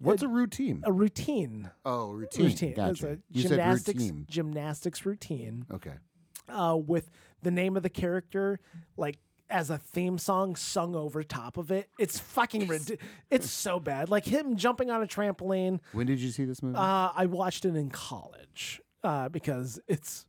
A: What's a routine?
B: A routine
A: Oh, routine.
B: routine. It's
A: Gotcha.
B: a
A: You said
B: gymnastics
A: routine. Oh.
B: gymnastics routine
A: Okay.
B: uh, with the name of the character like as a theme song sung over top of it. It's fucking rid- it's so bad. Like him jumping on a trampoline.
A: When did you see this movie?
B: Uh, I watched it in college uh, because it's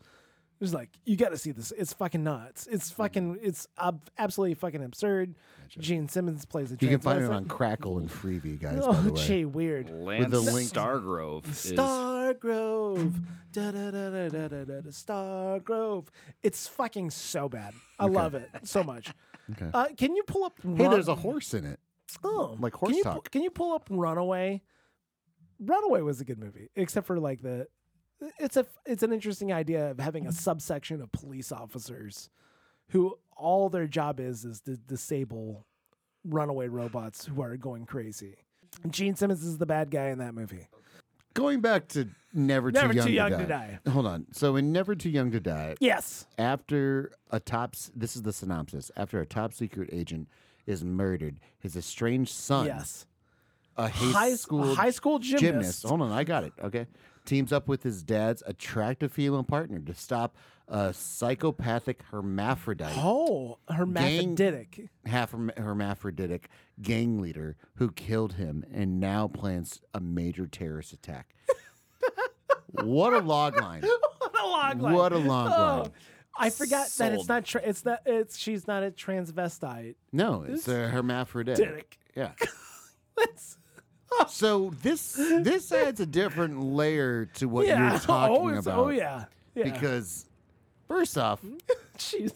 B: it's like you got to see this. It's fucking nuts. It's fucking it's ab- absolutely fucking absurd. Gene Simmons plays a.
A: you can find it on Crackle and Freebie, guys. by
B: Oh,
A: the way.
B: gee, weird.
C: Lance
A: the link-
C: Stargrove is
B: Star Grove. Da, da, da, da, da, da, da, da, Star Grove. It's fucking so bad. I love it so much.
A: Okay.
B: Uh, can you pull up
A: Hey,
B: Run-
A: there's a horse in it.
B: oh,
A: like
B: can
A: horse
B: you, pu-
A: talk.
B: Can you pull up Runaway? Runaway was a good movie, except for like the it's a it's an interesting idea of having a subsection of police officers who all their job is is to disable runaway robots who are going crazy. Gene Simmons is the bad guy in that movie.
A: Going back to Never,
B: Never
A: Too
B: Too
A: Young,
B: Young
A: to,
B: to
A: die. Hold on. So in Never Too Young to Die,
B: Yes.
A: after a top this is the synopsis after a top secret agent is murdered his estranged son
B: Yes.
A: a high,
B: High-
A: school
B: high school gymnast.
A: hold on i got it okay teams up with his dad's attractive female partner to stop a psychopathic hermaphrodite
B: Oh, hermaphroditic.
A: half herm- hermaphroditic gang leader who killed him and now plans a major terrorist attack what a log line
B: what a log line.
A: What a log
B: oh,
A: line.
B: I forgot that it's
C: Sold.
B: not. Tra- it's not. It's she's not a transvestite.
A: no it's a hermaphroditic
B: Dick.
A: yeah
B: That's-
A: So this this adds a different layer to what
B: yeah.
A: you're talking
B: oh, it's-
A: about.
B: oh yeah. Hmm? Yeah.
A: Because first off,
B: she's.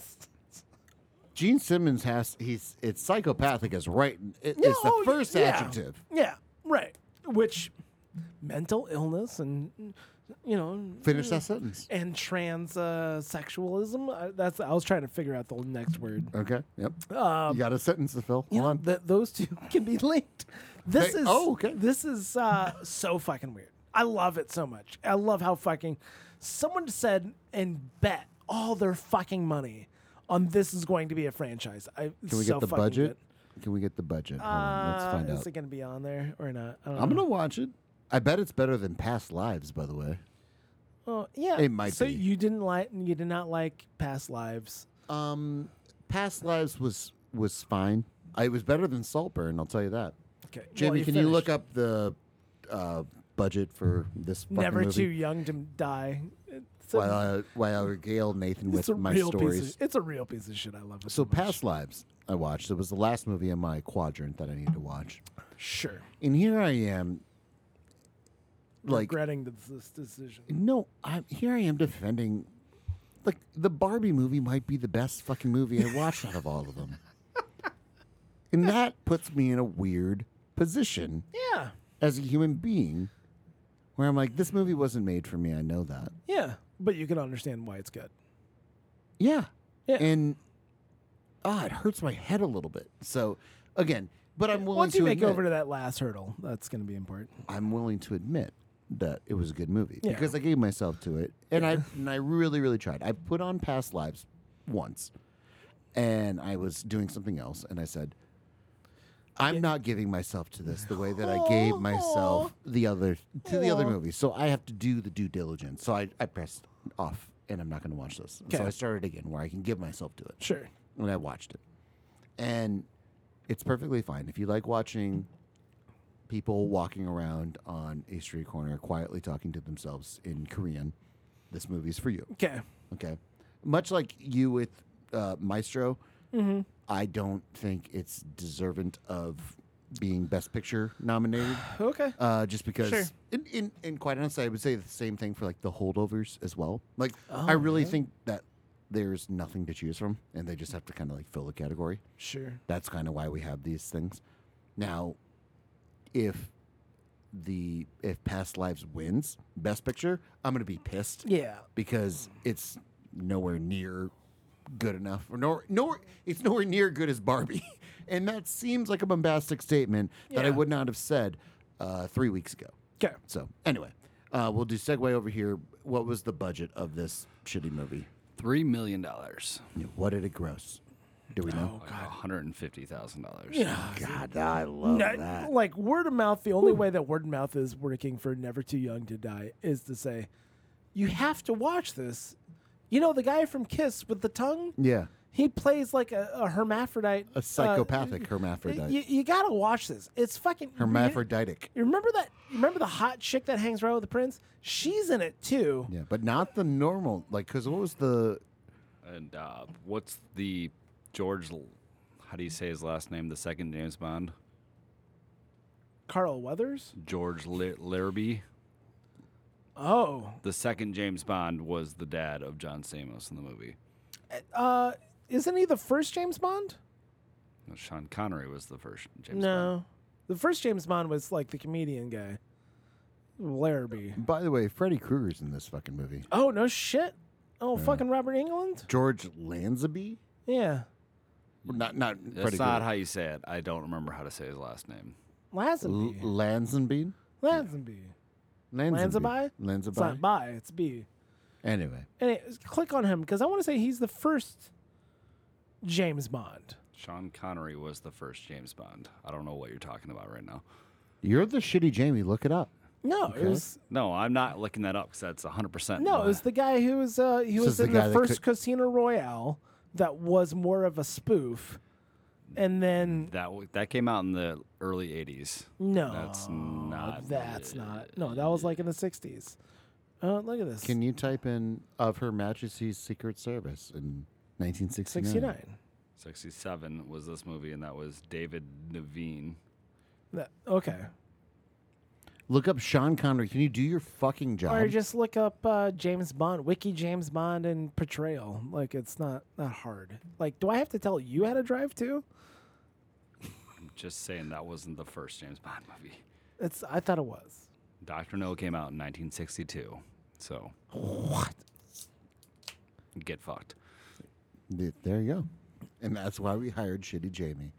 A: Gene Simmons has he's it's psychopathic is right. It, it's the
B: oh,
A: first
B: yeah.
A: adjective.
B: Yeah. Right. Which, mental illness and, you know,
A: Finish that sentence.
B: and trans uh, sexualism. Uh, that's. I was trying to figure out the next word.
A: Okay. Yep. you got a sentence to fill.
B: Um, you
A: Hold
B: know,
A: on.
B: that those two can be linked. This
A: They-
B: is
A: oh, okay.
B: This is uh, so fucking weird. I love it so much. I love how fucking someone said and bet all their fucking money on this is going to be a franchise. I,
A: Can we get the budget? Can we get the budget? Hold on. Let's find
B: Uh, is
A: out.
B: it going to be on there or not? I don't
A: I'm
B: know.
A: gonna watch it. I bet it's better than Past Lives, by the way.
B: Oh, yeah.
A: it might
B: so
A: be.
B: you didn't like you did not like past lives.
A: Um, Past Lives was was fine. It was better than Saltburn. I'll tell you that.
B: Okay.
A: Jamie,
B: well,
A: can you look
B: finished.
A: up the uh, budget for this? fucking
B: Never
A: movie? uh,
B: too young to die? It's a,
A: While I, while I regale Nathan
B: it's
A: with
B: a
A: my
B: real
A: stories.
B: piece. Of, it's a real piece of shit. I love it.
A: So
B: so much.
A: past lives I watched. It was the last movie in my quadrant that I needed to watch.
B: sure.
A: And here I am, like
B: regretting th- this decision.
A: no, I'm here. I am defending. Like the Barbie movie might be the best fucking movie I watched out of all of them, and that puts me in a weird position
B: Yeah,
A: as a human being, where I'm like, this movie wasn't made for me. I know that.
B: yeah, but you can understand why it's good.
A: Yeah.
B: Yeah.
A: And ah, it hurts my head a little bit. So again, but I'm willing
B: Once
A: to
B: you make
A: admit,
B: over to that last hurdle, that's going to be important.
A: I'm willing to admit that it was a good movie
B: Yeah.
A: because I gave myself to it, and I and I really really tried. I put on Past Lives once, and I was doing something else, and I said. I'm not giving myself to this the way that I gave myself the other to the other movie. So I have to do the due diligence. So I, I pressed off and I'm not going to watch this. So
B: Okay.
A: I started again where I can give myself to it
B: Sure.
A: when I watched it. And it's perfectly fine. If you like watching people walking around on a street corner quietly talking to themselves in Korean, this movie's for you.
B: Okay.
A: Okay. Much like you with uh, Maestro, I don't think it's deserving of being Best Picture nominated.
B: Okay.
A: Uh, just because,
B: Sure.
A: and, and, and quite honestly, I would say the same thing for like the holdovers as well. Like, I really think that there's nothing to choose from, and they just have to kind of like fill the category.
B: Sure.
A: That's kind of why we have these things. Now, if the if past lives wins best picture, I'm gonna be pissed
B: Yeah.
A: because it's nowhere near good enough, or nor nor it's nowhere near good as Barbie, and that seems like a bombastic statement that I
B: Yeah.
A: would not have said uh, three weeks ago.
B: Okay.
A: So anyway, uh, we'll do segue over here. What was the budget of this shitty movie?
C: Three million dollars.
A: What did it gross? Do we know?
C: Like One hundred and fifty thousand dollars.
A: God, I love
B: No, like word of mouth, the only way that word of mouth is working for Never Too Young to Die is to say, you have to watch this. You know, the guy from Kiss with the tongue,
A: Yeah,
B: he plays like a, a hermaphrodite. uh,
A: a psychopathic hermaphrodite.
B: you, you gotta watch this. It's fucking you-
A: hermaphroditic.
B: You remember that? You remember the hot chick that hangs around with the prince? She's in it too.
A: Yeah, but not the normal. Like, cause what was the?
C: And uh, what's the George? L- How do you say his last name? The second James Bond,
B: Carl Weathers.
C: George Li- Larrabee.
B: Oh,
C: The second James Bond was the dad of John Stamos in the movie.
B: uh, isn't he the first James Bond?
C: No, Sean Connery was the first James Bond.
B: No, the first James Bond was like the comedian guy, Larrabee.
A: By the way, Freddy Krueger's in this fucking movie.
B: Oh no shit! Oh fucking Robert England.
A: George Lanzaby.
B: Yeah,
A: Not not
C: That's
A: Freddy
C: not
A: Krueger.
C: how you say it. I don't remember how to say his last name.
A: L-
B: Lazenby.
A: Lanzenbein.
B: Lazenby. Lanzabi? It's not
A: Lanzabi.
B: by. It's B.
A: Anyway,
B: And it, click on him because I want to say he's the first James Bond.
C: Sean Connery was the first James Bond. I don't know what you're talking about right now.
A: you're the shitty Jamie. Look it up.
B: No, it was
C: No, I'm not looking that up because that's 100%.
B: no, it was the guy who was uh, he
A: This is
B: was
A: the
B: in
A: guy
B: the,
A: that
B: first
A: could-
B: Casino Royale that was more of a spoof, and then
C: That, w- that came out in the early 80s.
B: no,
C: That's not.
B: that's not no, that was like in the sixties. Oh, look at this,
A: Can you type in of Her Majesty's Secret Service in 1969?
B: sixty nine.
C: 67 was this movie, and that was David Naveen.
B: Okay,
A: Look up Sean Connery. Can you do your fucking job?
B: or just look up uh, James Bond, Wiki James Bond, and portrayal. Like it's not not hard. Like, do I have to tell you how to drive too?
C: I'm just saying that wasn't the first James Bond movie.
B: It's I thought it was.
C: Dr. No came out in 1962. So. What? Get fucked.
A: Th- there you go. And that's why we hired shitty Jamie,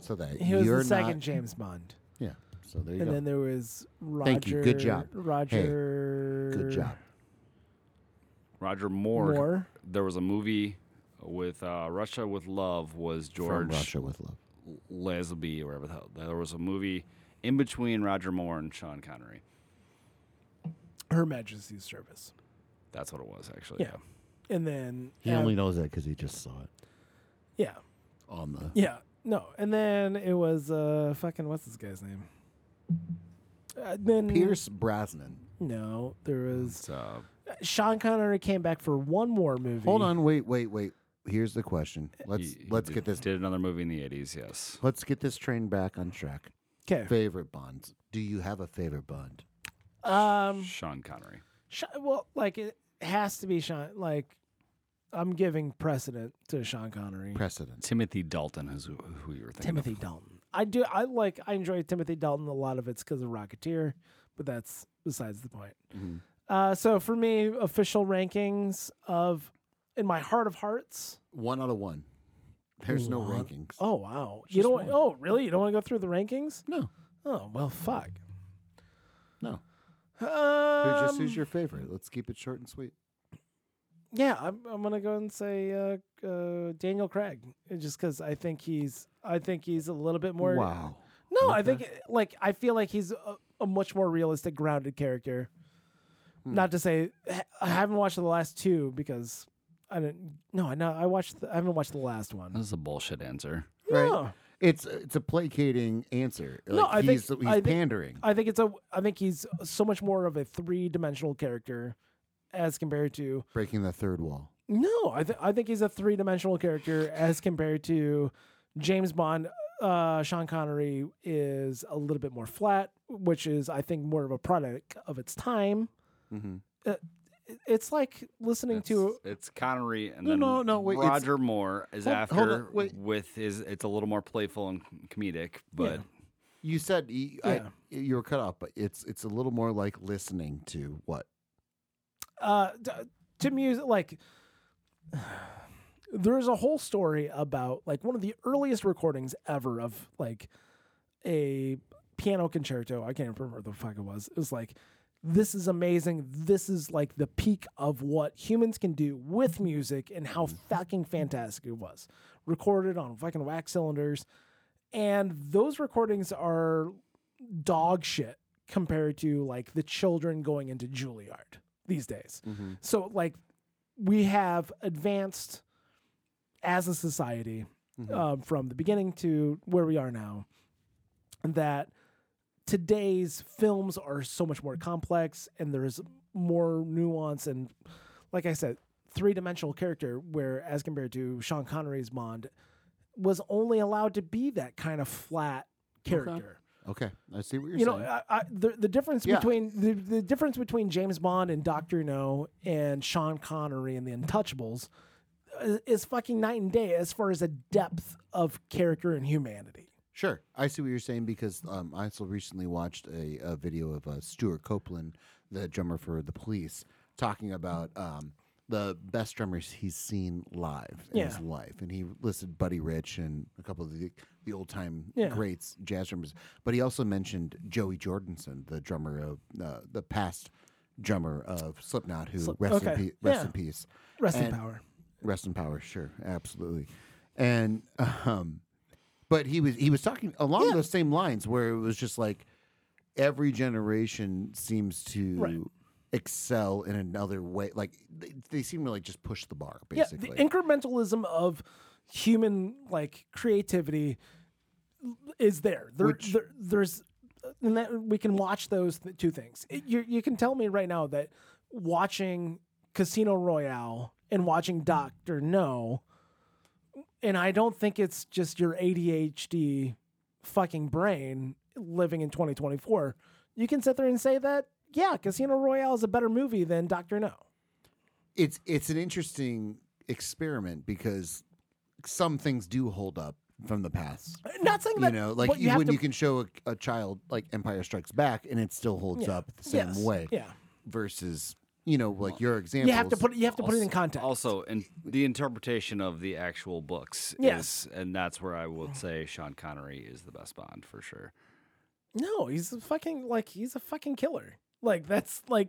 A: so that
B: He was
A: you're
B: the second
A: not.
B: James Bond.
A: yeah. So there you
B: And
A: go.
B: then there was Roger.
A: Thank you. Good job. Hey,
B: Roger.
A: Good job.
C: Roger Moore.
B: Moore.
C: There was a movie with uh, Russia with Love was
A: From
C: George
A: Russia with love.
C: Lesby or whatever the hell. There was a movie in between Roger Moore and Sean Connery.
B: Her Majesty's Service.
C: That's what it was actually.
B: Yeah. And then
A: He
B: uh,
A: only knows that because he just saw it
B: yeah
A: on the.
B: yeah no and then it was uh fucking what's this guy's name? Uh, then
A: Pierce Brosnan.
B: No, there was
C: It's uh,
B: Sean Connery came back for one more movie.
A: Hold on. Wait. Wait. Wait. Here's the question. Let's
C: he- he
A: let's
C: did-
A: get this.
C: Did another movie in the eighties? Yes.
A: Let's get this train back on track.
B: Okay.
A: Favorite Bonds. Do you have a favorite Bond? Hmm.
B: Um.
C: Sean Connery.
B: Sh- well, like it has to be Sean. Like I'm giving precedent to Sean Connery.
A: Precedent.
C: Timothy Dalton is who, who you were thinking.
B: Timothy Dalton. I do. I like. I enjoy Timothy Dalton. A lot of it's because of Rocketeer, but that's besides the point.
A: Mm-hmm.
B: Uh, so for me, official rankings of in my heart of hearts.
A: One out of one. There's no rankings.
B: Oh wow, you don't. Oh really? You don't want to go through the rankings?
A: No.
B: Oh well, fuck.
A: No. Who
B: Um,
A: just who's your favorite? Let's keep it short and sweet.
B: yeah, I'm, I'm gonna go and say uh, uh, Daniel Craig, uh, just because I think he's. I think he's a little bit more.
A: Wow.
B: No, I think eh, like I feel like he's a, a much more realistic, grounded character. Not to say ha- I haven't watched the last two because I didn't. No, I know I watched. The, I haven't watched the last one.
C: This is a bullshit answer.
B: No.
A: It's it's a placating answer. Like
B: No, I think-
A: he's he's
B: I think-
A: pandering.
B: I think it's a. I think he's so much more of a three-dimensional character as compared to.
A: breaking the third wall.
B: No, I th- I think he's a three-dimensional character as compared to James Bond. Uh, Sean Connery is a little bit more flat, which is I think more of a product of its time.
A: Mm-hmm.
B: uh, it- it's like listening to
C: It's- It's Connery and
A: No,
C: then
A: no, no, wait, it's-
C: Roger Moore is
A: Hold-
C: after
A: hold on, wait.
C: with his. It's a little more playful and comedic, but
A: You said y- I-
B: Yeah.
A: you were cut off, but it's it's a little more like listening to what
B: uh, t- to music like there's a whole story about like one of the earliest recordings ever of like a piano concerto i can't remember what the fuck it was it was like this is amazing this is like the peak of what humans can do with music and how fucking fantastic it was recorded on fucking wax cylinders and those recordings are dog shit compared to like the children going into Juilliard these days. So like we have advanced as a society um, from the beginning to where we are now that today's films are so much more complex and there's more nuance and like I said, three-dimensional character where as compared to Sean Connery's Bond was only allowed to be that kind of flat character
A: Okay, I see what you're
B: you know
A: saying.
B: I, I, the, the difference
A: Yeah.
B: between the, the difference between James Bond and Doctor No and Sean Connery and the Untouchables is, is fucking night and day as far as a depth of character and humanity.
A: sure, I see what you're saying because um, I also recently watched a, a video of uh, Stuart Copeland, the drummer for the Police, talking about um, the best drummers he's seen live in his
B: Yeah.
A: life, and he listed Buddy Rich and a couple of the the old time
B: Yeah.
A: greats, jazz drummers, but he also mentioned Joey Jordison, the drummer of uh, the past drummer of Slipknot, who rest in
B: okay,
A: pe- rest
B: yeah.
A: in peace.
B: Rest in
A: And-
B: power.
A: Rest in power, sure, absolutely. And um but he was he was talking along those same lines where it was just like every generation seems to excel in another way. Like they, they seem to like just push the bar basically.
B: Yeah, the incrementalism of human like creativity is there. There,
A: Which-
B: there there's uh, and that we can watch those th- two things. It- you you can tell me right now that watching Casino Royale and watching Doctor No, and I don't think it's just your ADHD fucking brain living in 2024. You can sit there and say that yeah, Casino Royale is a better movie than Doctor No.
A: it's it's an interesting experiment because some things do hold up from the past.
B: Not saying
A: you
B: that
A: know, like
B: but
A: you,
B: have
A: when
B: to-
A: you can show a, a child like Empire Strikes Back and it still holds
B: Yeah.
A: up the same
B: Yes.
A: way.
B: Yeah.
A: Versus, you know, like your example.
B: You have to put it- you have to put it in
C: also-
B: context.
C: Also, in the interpretation of the actual books,
B: Yes.
C: is, and that's where I would say Sean Connery is the best Bond for sure.
B: no, he's a fucking like he's a fucking killer. Like that's like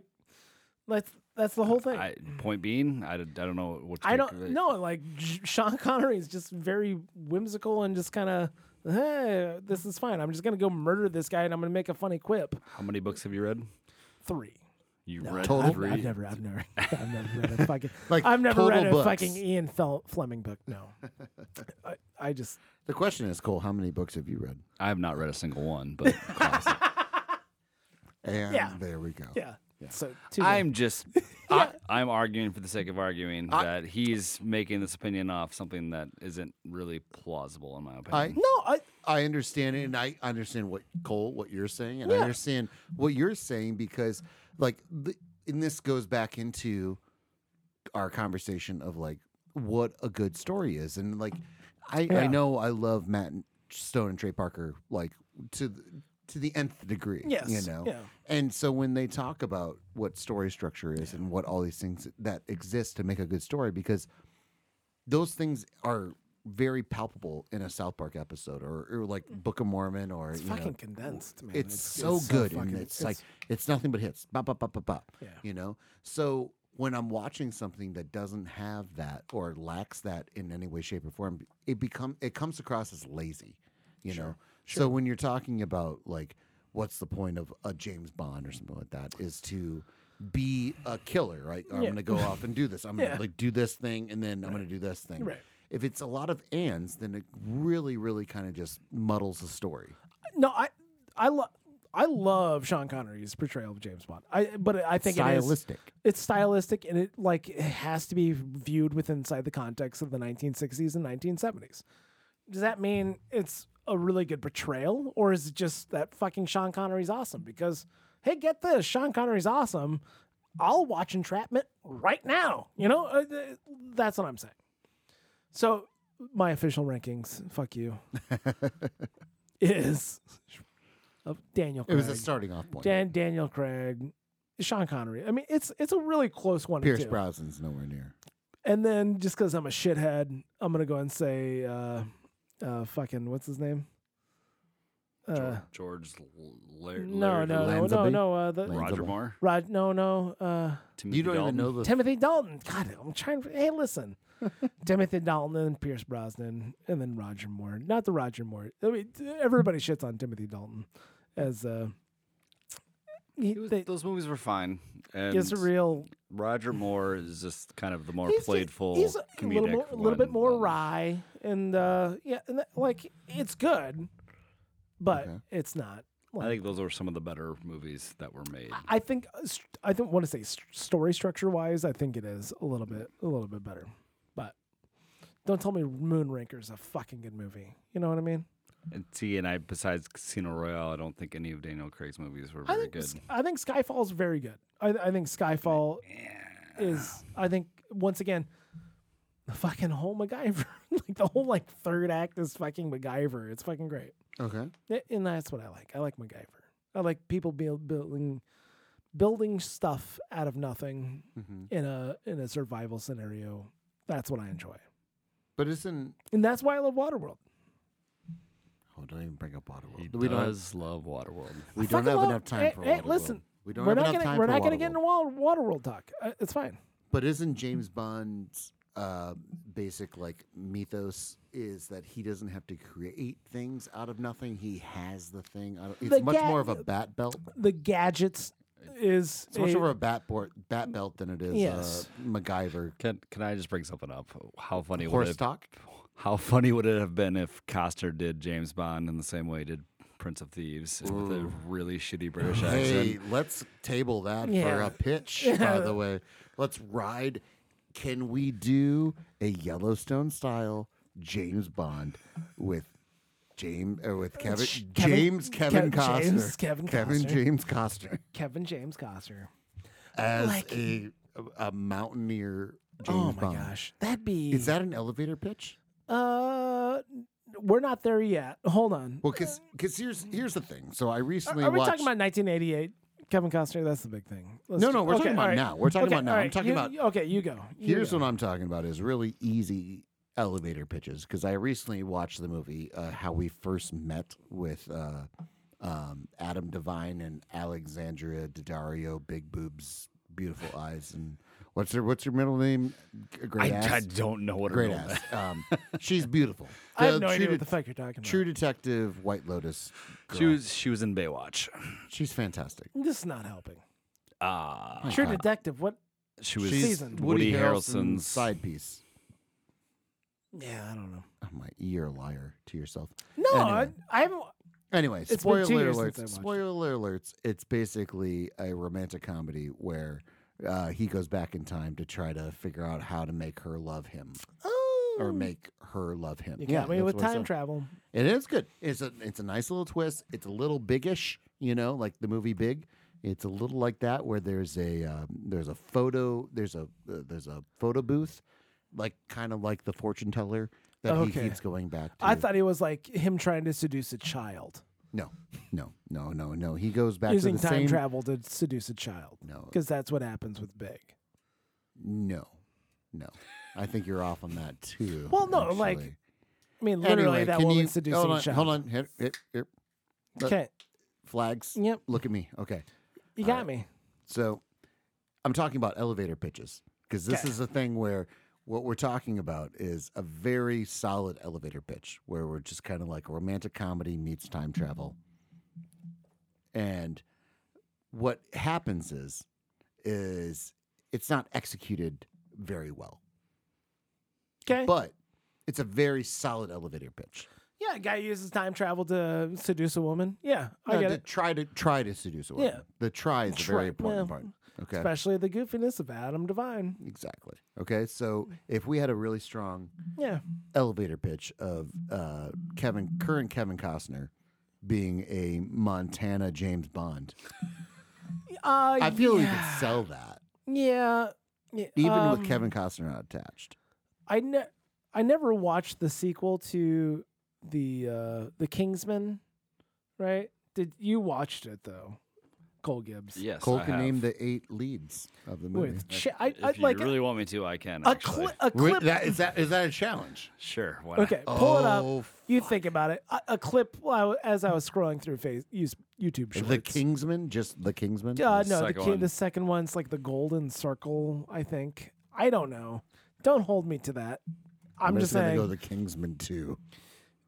B: that's that's the whole thing. I,
C: I, point being, I, d- I don't know what. To make of
B: don't
C: it.
B: no like J- Sean Connery is just very whimsical and just kind of hey, this is fine. I'm just gonna go murder this guy and I'm gonna make a funny quip.
C: How many books have you read?
B: Three.
C: You read
A: Total?
B: I've,
C: three.
B: I've never, I've never, I've never read a fucking.
A: Like,
B: I've never read a
A: total books.
B: fucking Ian Fel- Fleming book. No, I, I just
A: The question is, Cole, how many books have you read?
C: I have not read a single one, but classic.
A: And
B: Yeah.
A: there we go.
B: yeah. So two
C: I'm just I, am arguing for the sake of arguing that he's making this opinion off something that isn't really plausible in
A: I
C: my opinion.
A: no,
B: no, I,
A: I understand it, and I understand what Cole, what you're saying, and I
B: Yeah.
A: understand what you're saying because, like, the, and this goes back into our conversation of like what a good story is, and like, I I
B: Yeah.
A: know I love Matt and- Stone and Trey Parker like to the, to the nth degree,
B: Yes,
A: you know,
B: yeah.
A: and so when they talk about what story structure is and what all these things that exist to make a good story, because those things are very palpable in a South Park episode or, or like Book of Mormon or
B: Mm. it's
A: you know,
B: fucking condensed. Man.
A: it's, so good and
B: fucking-
A: it's, like it's nothing but hits. Bop, bop, bop, bop, bop.
B: Yeah.
A: You know? So when I'm watching something that doesn't have that or lacks that in any way, shape, or form, it become it comes across as lazy. You know? So when you're talking about like what's the point of a James Bond or something like that is to be a killer, right? I'm
B: Yeah.
A: gonna go off and do this. I'm
B: Yeah.
A: gonna like do this thing and then I'm gonna do this thing.
B: Right.
A: If it's a lot of ands, then it really, really kind of just muddles the story.
B: No, I I love I love Sean Connery's portrayal of James Bond. I but I think
A: Stylistic.
B: It is, it's stylistic and it like it has to be viewed with inside the context of the 1960s and 1970s. Does that mean it's a really good portrayal or is it just that fucking Sean Connery's awesome because hey, get this, Sean Connery's awesome. I'll watch Entrapment right now. You know, Uh, th- that's what I'm saying. So my official rankings, fuck you, is of Daniel.
A: It
B: Craig.
A: was a starting off point.
B: Dan- Daniel Craig, Sean Connery. I mean, it's it's a really close one. and
A: Pierce
B: two.
A: Brosnan's nowhere near.
B: And then just because I'm a shithead, I'm gonna go and say, uh, uh, fucking what's his name? Uh,
C: George L- Larry.
B: no, no, no, no,
A: Lansby?
B: no, uh, the,
A: Lan-
C: Roger
A: Lanzabene.
C: Moore.
B: Rod, no, no, uh,
C: Timothy
A: you don't
C: Dalton.
A: even know the.
B: Timothy Dalton. God, I'm trying. Hey, listen, Timothy Dalton and Pierce Brosnan, and then Roger Moore. Not the Roger Moore. I mean, everybody shits on Timothy Dalton as uh, he,
C: It was-
B: they,
C: those movies were fine. And
B: it's a real
C: Roger Moore is just kind of the more
B: he's just-
C: playful,
B: he's a
C: comedic
B: little, more, a little bit
C: one
B: more
C: than-
B: wry, and uh, yeah, and that, like it's good, but
A: Okay.
B: it's not. Like,
C: I think those were some of the better movies that were made.
B: I think uh, st- I don't want to say st- story structure wise. I think it is a little bit a little bit better, but don't tell me Moonraker is a fucking good movie. You know what I mean?
C: And see, and I besides Casino Royale, I don't think any of Daniel Craig's movies were
B: I
C: very
B: think
C: good.
B: S- I think Skyfall is very good. I, I think Skyfall is. I think once again, the fucking whole MacGyver, like the whole like third act is fucking MacGyver. It's fucking great.
A: Okay.
B: Th- and that's what I like. I like MacGyver. I like people build, building building stuff out of nothing
A: Mm-hmm.
B: in a in a survival scenario. That's what I enjoy,
A: But isn't.
B: and that's why I love Waterworld.
A: Oh, don't even bring up Waterworld.
C: He
A: we don't. Have,
C: does love Waterworld.
A: we don't
B: fucking
A: have
B: love-
A: enough time
B: Hey,
A: for.
B: hey,
A: Waterworld.
B: eh, listen,
A: we don't
B: We're
A: have
B: not
A: enough
B: gonna
A: time
B: we're
A: for
B: not gonna get
A: Waterworld.
B: into Wa- Waterworld talk. Uh, It's fine.
A: But isn't James Bond's uh, basic like mythos is that he doesn't have to create things out of nothing? He has the thing. Out of, it's much
B: ga-
A: more of a bat belt.
B: The gadgets is
A: It's much
B: a-
A: more of a bat board, bat belt than it is
B: Yes.
A: uh, MacGyver
C: Can Can I just bring something up? How funny would
A: horse
C: it
A: talk.
C: How funny would it have been if Costner did James Bond in the same way he did Prince of Thieves and with a really shitty British
A: Hey,
C: accent?
A: let's table that for
B: Yeah.
A: a pitch. By the way, let's ride. Can we do a Yellowstone style James Bond with? James or with Kevin,
B: Ch- Kevin-
A: James Kevin
B: Kev-
A: Costner
B: James Kevin Costner.
A: James Costner
B: Kevin James Costner.
A: as
B: Like-
A: a a mountaineer James
B: oh my
A: Bond.
B: gosh, that'd be
A: Is that an elevator pitch?
B: uh. We're not there yet. Hold on.
A: Well, because here's here's the thing. So I recently
B: Are we
A: watched.
B: talking about 1988? Kevin Costner, that's the big thing. Let's
A: No,
B: ju-
A: no, we're talking about
B: all
A: now. We're talking
B: Okay,
A: about now.
B: all
A: I'm talking
B: You-
A: about-
B: you- Okay, you go. You
A: Here's
B: go.
A: what I'm talking about is really easy elevator pitches because I recently watched the movie uh, How We First Met with uh, um, Adam Devine and Alexandria Daddario, big boobs, beautiful eyes, and what's her what's her middle name? G-
C: I,
A: Great
C: I
A: ass.
C: don't know what her
A: Great
C: real-
A: ass. Um, she's beautiful.
B: I have
A: The
B: no idea
A: True
B: what the
A: Det-
B: fuck you're talking about.
A: True Detective, White Lotus.
C: She
A: girl.
C: was she was in Baywatch.
A: she's fantastic.
B: This is not helping.
C: Ah,
B: True Detective, what?
C: she was
A: she's
B: seasoned.
C: Woody, Harrelson's
A: side piece.
B: Yeah, I don't know.
A: Oh my, you're a liar to yourself.
B: No,
A: Anyway.
B: I, I haven't.
A: Anyway,
B: been two
A: spoiler
B: years since I
A: alerts.
B: watched it.
A: Spoiler alerts. It's basically a romantic comedy where uh, he goes back in time to try to figure out how to make her love him
B: Oh,
A: or make her love him.
B: you
A: yeah,
B: got me
A: that's
B: with
A: what I
B: time
A: said.
B: travel.
A: It is good. It's a it's a nice little twist. It's a little biggish, you know, like the movie Big. It's a little like that where there's a um, there's a photo there's a uh, there's a photo booth, like kind of like the fortune teller that he
B: Okay.
A: keeps going back to.
B: I thought it was like him trying to seduce a child,
A: no, no, no, no, no. He goes back
B: using
A: to the
B: time
A: same
B: travel to seduce a child.
A: No.
B: because that's what happens with Big.
A: No, no. I think you're off on that too.
B: Well, no, like,
A: actually.
B: I mean, literally,
A: anyway,
B: that
A: can
B: woman
A: you,
B: seducing
A: hold
B: a
A: on,
B: child.
A: hold on, here, here, here. Look,
B: Okay,
A: flags.
B: Yep.
A: Look at me. Okay,
B: you got me.
A: so I'm talking about elevator pitches because this
B: Okay.
A: is a thing where what we're talking about is a very solid elevator pitch where we're just kind of like a romantic comedy meets time travel. And what happens is is it's not executed very well.
B: Okay.
A: but it's a very solid elevator pitch.
B: Yeah, a guy uses time travel to seduce a woman. Yeah, I
A: Uh,
B: get
A: to
B: it.
A: Try to try to seduce a woman.
B: Yeah.
A: The try is a very
B: Try-
A: important
B: well,
A: part. Okay.
B: Especially the goofiness of Adam Devine.
A: Exactly. Okay. So if we had a really strong
B: Yeah.
A: elevator pitch of uh, Kevin current Kevin Costner being a Montana James Bond,
B: Uh,
A: I feel we
B: yeah.
A: could sell that.
B: Uh, Yeah. yeah,
A: even with
B: um,
A: Kevin Costner not attached.
B: I ne- I never watched the sequel to the uh the Kingsman, right? Did you watched it though? Cole Gibbs.
C: Yes,
A: Cole
C: I
A: can name
C: have.
A: the eight leads of the movie.
B: With Ch- I,
C: If
B: I
C: you
B: like
C: really want me to, I can.
B: a,
C: Actually.
B: cli- a
A: Wait,
B: clip.
A: that, is that is that a challenge?
C: sure. Why not?
B: okay, pull it up.
A: Oh,
B: You think about it. A, a clip while, as I was scrolling through face, use- YouTube shorts.
A: The Kingsman, just the Kingsman.
B: Uh,
C: The
B: no, the,
C: second
B: ki- the
C: one.
B: second one's like the Golden Circle, I think. I don't know. Don't hold me to that. I'm, just
A: gonna
B: saying
A: go the Kingsman two.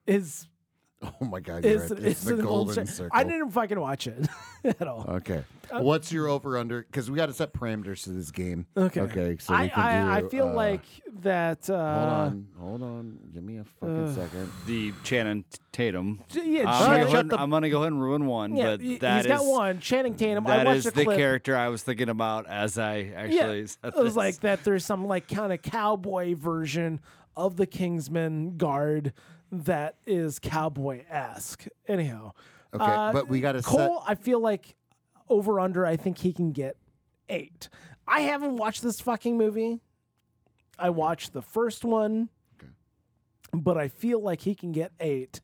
B: is
A: Oh my God, you're
B: is
A: right. It's
B: is
A: the
B: an old
A: Golden
B: show.
A: Circle. Uh,
B: I didn't Uh, fucking watch it at all.
A: Okay. What's your over under? Because we got to set parameters to this game.
B: Okay.
A: Okay. So
B: I,
A: we can
B: I,
A: do,
B: I feel
A: uh,
B: like that. Uh,
A: Hold on. Hold on. Give me a fucking second.
C: The Channing Tatum.
B: J- yeah,
C: I'm, gonna
B: Channing-
C: go ahead, I'm gonna go ahead and ruin one,
B: Yeah,
C: but
B: he-
C: Um, that
B: he's got
C: is-
B: one. Channing Tatum. I
C: That
B: watched
C: is
B: a
C: the
B: clip.
C: character I was thinking about as I actually said
B: it was
C: this.
B: like that. There's some like kind of cowboy version of the Kingsman guard that is cowboy esque. Anyhow, uh,
A: Okay, but we gotta set-
B: Cole. I feel like over under. I think he can get eight. I haven't watched this fucking movie. I watched the first one, but I feel like he can get eight.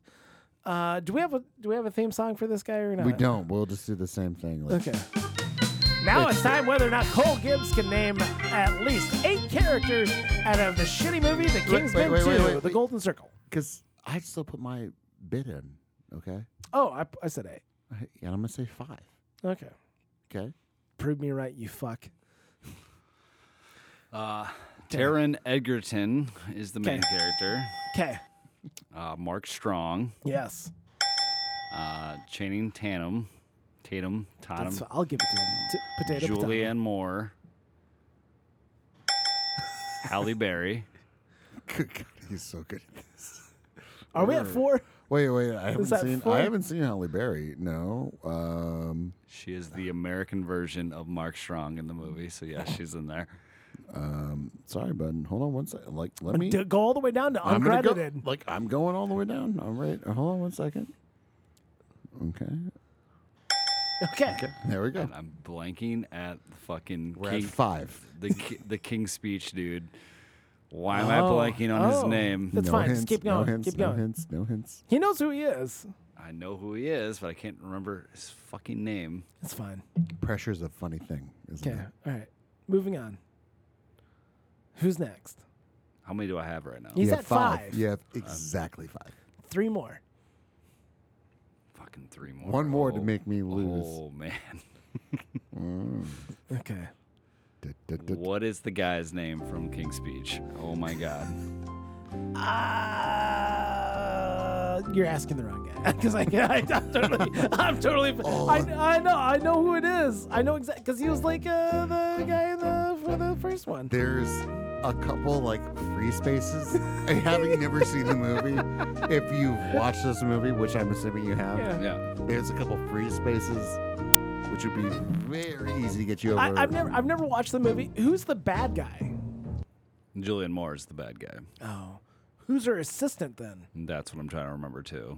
B: Uh, do we have a do we have a theme song for this guy or not?
A: We don't. We'll just do the same thing. Let's-
B: Okay. Now it's time whether or not Cole Gibbs can name at least eight characters out of the shitty movie The Kingsman
A: wait, wait,
B: 2,
A: wait,
B: The
A: wait.
B: Golden Circle.
A: Because I still put my bid in. Okay.
B: Oh, I, I said eight.
A: And I'm gonna say five.
B: Okay.
A: Okay.
B: Prove me right, you fuck.
C: Taron Egerton is the main
B: Okay.
C: character.
B: Okay.
C: Uh, Mark Strong,
B: Yes.
C: uh, Channing Tatum, Tatum, Tatum,
B: That's, I'll give it to him. T- potato, potato.
C: Julianne Moore, Halle Berry.
A: Good God, he's so good at this.
B: Are we at four?
A: Wait, wait. I haven't
B: that
A: seen.
B: four?
A: I haven't seen Halle Berry. No. Um.
C: She is the American version of Mark Strong in the movie, so yeah, she's in there.
A: Sorry, bud. Hold on one second. Like, let me.
B: D- Go all the way down to
A: I'm gonna go-
B: uncredited.
A: like, I'm going all the way down. All right. Hold on one second. Okay.
B: Okay.
A: There we go.
C: And uh, I'm blanking at the fucking
A: We're
C: King,
A: at five.
C: the Ki- the King's Speech dude. Why am I
B: Oh,
C: blanking on his
B: oh.
C: name?
B: That's fine. Just keep
A: No
B: going.
A: hints.
B: Keep
A: No
B: going.
A: hints. No hints.
B: He knows who he is.
C: I know who he is, but I can't remember his fucking name.
B: It's fine.
A: Pressure's a funny thing, isn't
B: Okay. All right. Moving on. Who's next?
C: How many do I have right now?
B: He's
A: yeah,
B: at five.
A: Yeah, exactly five.
B: Three more.
C: Fucking three more.
A: One more to
C: Oh,
A: make me lose.
C: Oh man,
B: Okay.
A: Du- du- du- du-
C: what is the guy's name from King's Speech? Oh my god.
B: Uh, you're asking the wrong guy because I, I, am totally, I'm totally,
A: Oh.
B: I, I know, I know who it is. I know exactly because he was like uh, the guy in the for the first one.
A: There's a couple like free spaces. and having never seen the movie, if you've watched this movie, which I'm assuming you have,
B: Yeah.
C: Yeah.
A: there's a couple free spaces, which would be very easy to get you over.
B: I, I've never, I've never watched the movie. Who's the bad guy?
C: Julian Moore is the bad guy.
B: Oh, who's her assistant then?
C: And That's what I'm trying to remember too.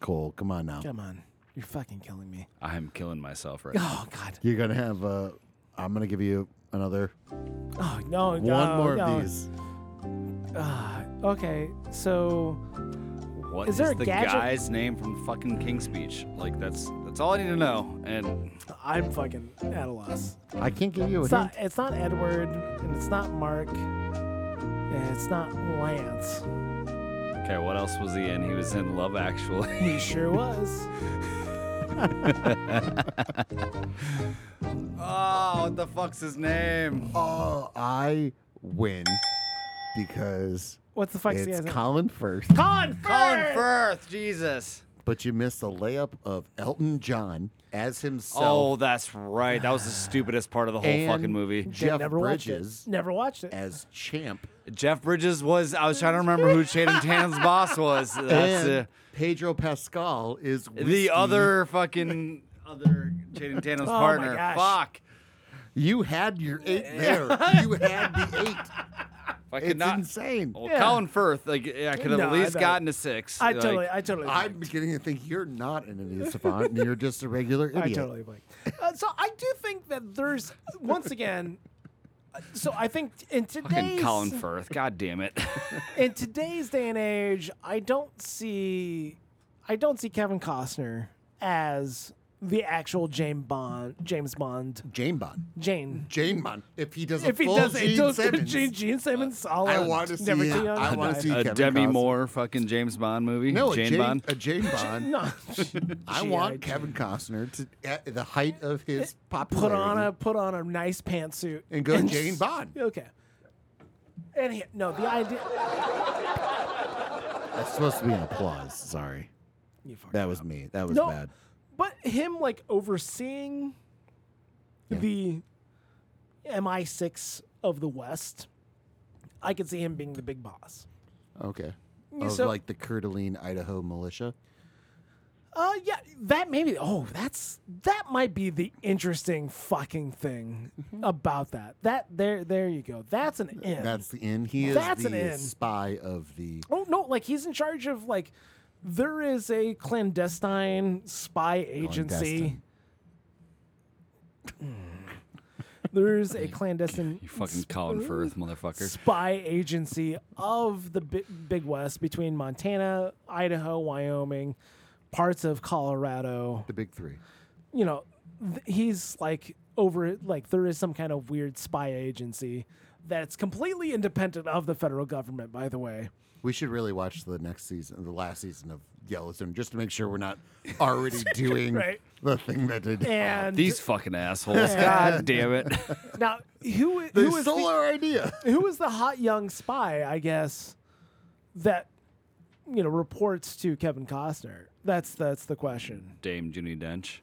A: Cole, come on now.
B: Come on, you're fucking killing me.
C: I am killing myself right now.
B: Oh God.
A: You're gonna have. Uh, I'm gonna give you another
B: Oh no.
A: one
B: no,
A: more
B: no.
A: of these.
B: Ah, okay, so
C: What
B: Is
C: is,
B: there a
C: the
B: gadget-
C: guy's name from fucking King's Speech? Like that's that's all I need to know. And
B: I'm fucking at a loss.
A: I can't give you a
B: It's not,
A: hint.
B: it's not Edward, and it's not Mark, and it's not Lance.
C: okay, what else was he in? He was in Love Actually.
B: He sure was.
C: oh, what the fuck's his name?
A: Oh, I win because
B: What the fuck is he?
A: it's
B: has-
A: Colin first.
B: Colin Firth!
C: Colin Firth. Jesus.
A: But you missed the layup of Elton John as
C: Oh,
A: himself
C: that's right. That was the stupidest part of the whole
A: And-
C: fucking movie.
B: They
A: Jeff
B: never watched it.
A: Bridges.
B: Never watched it.
A: as champ.
C: Jeff Bridges was. I was trying to remember who Channing Tatum's boss was. That's
A: and
C: uh,
A: Pedro Pascal is Whiskey.
C: the other fucking other Channing Tatum's
B: my
C: partner.
B: gosh.
C: Fuck.
A: You had your eight there. you had the eight.
C: If I could
A: It's
C: not,
A: insane.
C: Well,
B: Yeah.
C: Colin Firth, like I could have
B: No,
C: at
B: I
C: least
B: know.
C: gotten to six.
B: I
C: like,
B: totally, I totally.
A: I'm
B: blanked.
A: beginning to think you're not an idiot savant and you're just a regular idiot.
B: I totally blanked. Uh, so I do think that there's once again. uh, So I think in
C: fucking
B: today's
C: Colin Firth. God damn it.
B: in today's day and age, I don't see I don't see Kevin Costner as the actual James Bond James Bond
A: Jane Bond.
B: Jane.
A: Jane Bond. If he does a
B: If he
A: full
B: does
A: Gene
B: it, does
A: Simmons,
B: Gene, Gene Simmons. all
A: I
B: on-
A: want to see.
B: never
A: it.
B: too young
A: I
B: to
A: want
B: die.
A: to see
C: a
A: Kevin
C: Demi
A: Costner.
C: Moore fucking James Bond movie.
A: No, a
C: Jane
A: Jane
C: Bond.
A: A Jane Bond.
B: No,
A: I
B: Gee,
A: want
B: I-
A: Kevin Costner to at the height of his
B: put
A: popularity.
B: on a put on a nice pantsuit
A: And go Jane Bond.
B: Okay. And he, no, the idea.
A: That's supposed to be an applause. Sorry,
B: You fucked
A: that was me. That was
B: No,
A: bad.
B: But him like overseeing the MI6 of the West, I could see him being the big boss.
A: Okay.
B: Yeah,
A: of
B: so-
A: like the Kurdaline, Idaho militia.
B: Uh, yeah, that maybe. Oh, that's that might be the interesting fucking thing
C: Mm-hmm.
B: about that. That there, there you go. That's an in.
A: That's the end. He is
B: That's an
A: the
B: in.
A: spy of the.
B: oh no, like he's in charge of like there is a clandestine spy agency.
A: Clandestine.
B: There's Mm. a clandestine
C: You fucking Colin Firth, motherfucker.
B: spy agency of the Bi- Big West between Montana, Idaho, Wyoming, parts of Colorado.
A: The big three.
B: You know, th- he's like over, like, there is some kind of weird spy agency that's completely independent of the federal government, by the way.
A: We should really watch the next season, the last season of Yellowstone, just to make sure we're not already doing
B: Right.
A: the thing that did.
B: And
C: These fucking assholes. God damn it.
B: now, who, i-
A: the
B: who, is the,
A: solar idea.
B: who is the hot young spy, I guess, that, you know, reports to Kevin Costner? That's that's the question.
C: Dame Junie Dench.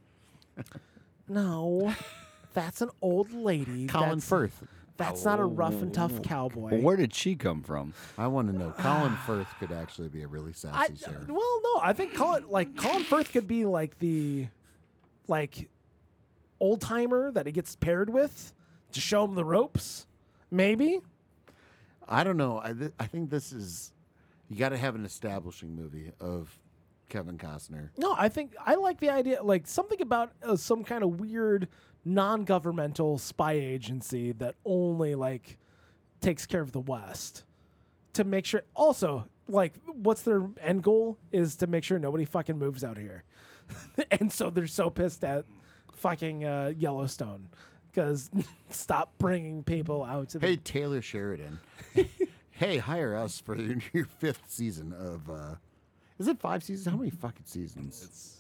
B: No, that's an old lady.
A: Colin
B: that's,
A: Firth.
B: That's not a rough and tough cowboy.
C: Where did she come from?
A: I want to know. Colin Firth could actually be a really
B: I,
A: sassy sheriff.
B: well, no, I think Colin like Colin Firth could be like the like old timer that he gets paired with to show him the ropes. Maybe
A: I don't know. I, th- I think this is you got to have an establishing movie of Kevin Costner.
B: no, I think I like the idea like something about uh, some kind of weird non-governmental spy agency that only like takes care of the West to make sure. Also, like, what's their end goal is to make sure nobody fucking moves out here, and so they're so pissed at fucking uh, Yellowstone because stop bringing people out to the.
A: Hey Taylor Sheridan. hey, hire us for your, your fifth season of. uh Is it five seasons? How many fucking seasons? It's,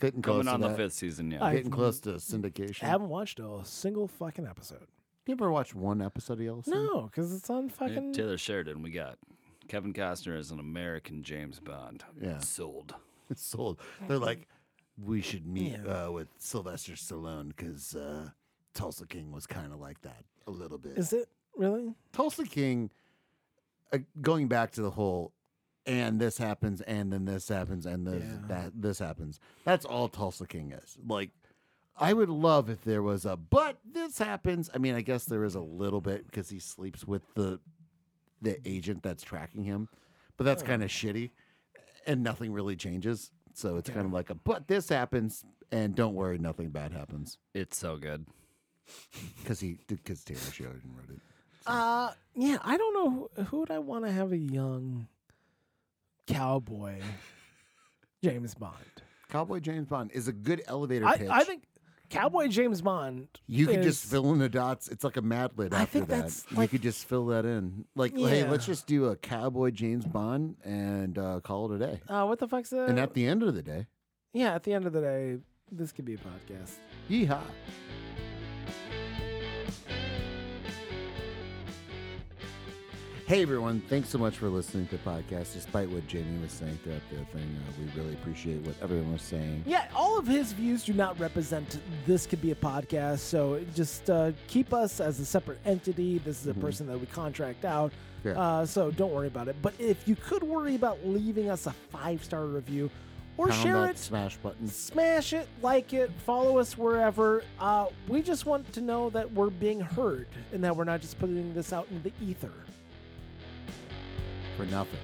A: getting close
C: Coming on
A: to
C: the
A: that.
C: fifth season, yeah.
B: I-
A: Getting close to syndication.
B: I haven't watched a single fucking episode.
A: you ever watch one episode of Yellowstone?
B: No, because it's on
C: Yeah,
B: fucking.
C: Taylor Sheridan, we got Kevin Costner as an American James Bond.
A: Yeah.
C: Sold.
A: It's sold. They're like, we should meet uh, with Sylvester Stallone because uh, Tulsa King was kind of like that a little bit.
B: Is it really?
A: Tulsa King, uh, going back to the whole, and this happens, and then this happens, and this,
B: Yeah.
A: that this happens. That's all Tulsa King is. Like, I would love if there was a, but this happens. I mean, I guess there is a little bit because he sleeps with the the agent that's tracking him, but that's kind of shitty, and nothing really changes. So it's kind of like a, but this happens, and don't worry, nothing bad happens
C: It's so good.
A: because he because Taylor Sheridan wrote it.
B: Uh, yeah, I don't know who, who would I want to have a young cowboy James Bond.
A: Cowboy James Bond is a good elevator
B: I,
A: pitch.
B: I think Cowboy James Bond.
A: you could just
B: is-
A: fill in the dots. It's like a Mad Lib
B: I
A: after
B: think
A: that.
B: that's
A: you
B: like-
A: could just fill that in. Like, hey,
B: Yeah.
A: let's just do a Cowboy James Bond and uh, call it a day.
B: Uh, what the fuck's that?
A: and at the end of the day,
B: yeah, at the end of the day, this could be a podcast.
A: yeehaw. Hey everyone, thanks so much for listening to the podcast. Despite what Jamie was saying throughout the thing, uh, we really appreciate what everyone was saying.
B: Yeah, all of his views do not represent this could be a podcast. So just uh, keep us as a separate entity. This is a person that we contract out.
A: Mm-hmm. Yeah.
B: Uh, so don't worry about it. But if you could worry about leaving us a five star review or
A: Pound
B: share
A: that
B: it
A: smash button.
B: smash it, like it, follow us wherever. Uh, we just want to know that we're being heard and that we're not just putting this out in the ether.
A: for nothing.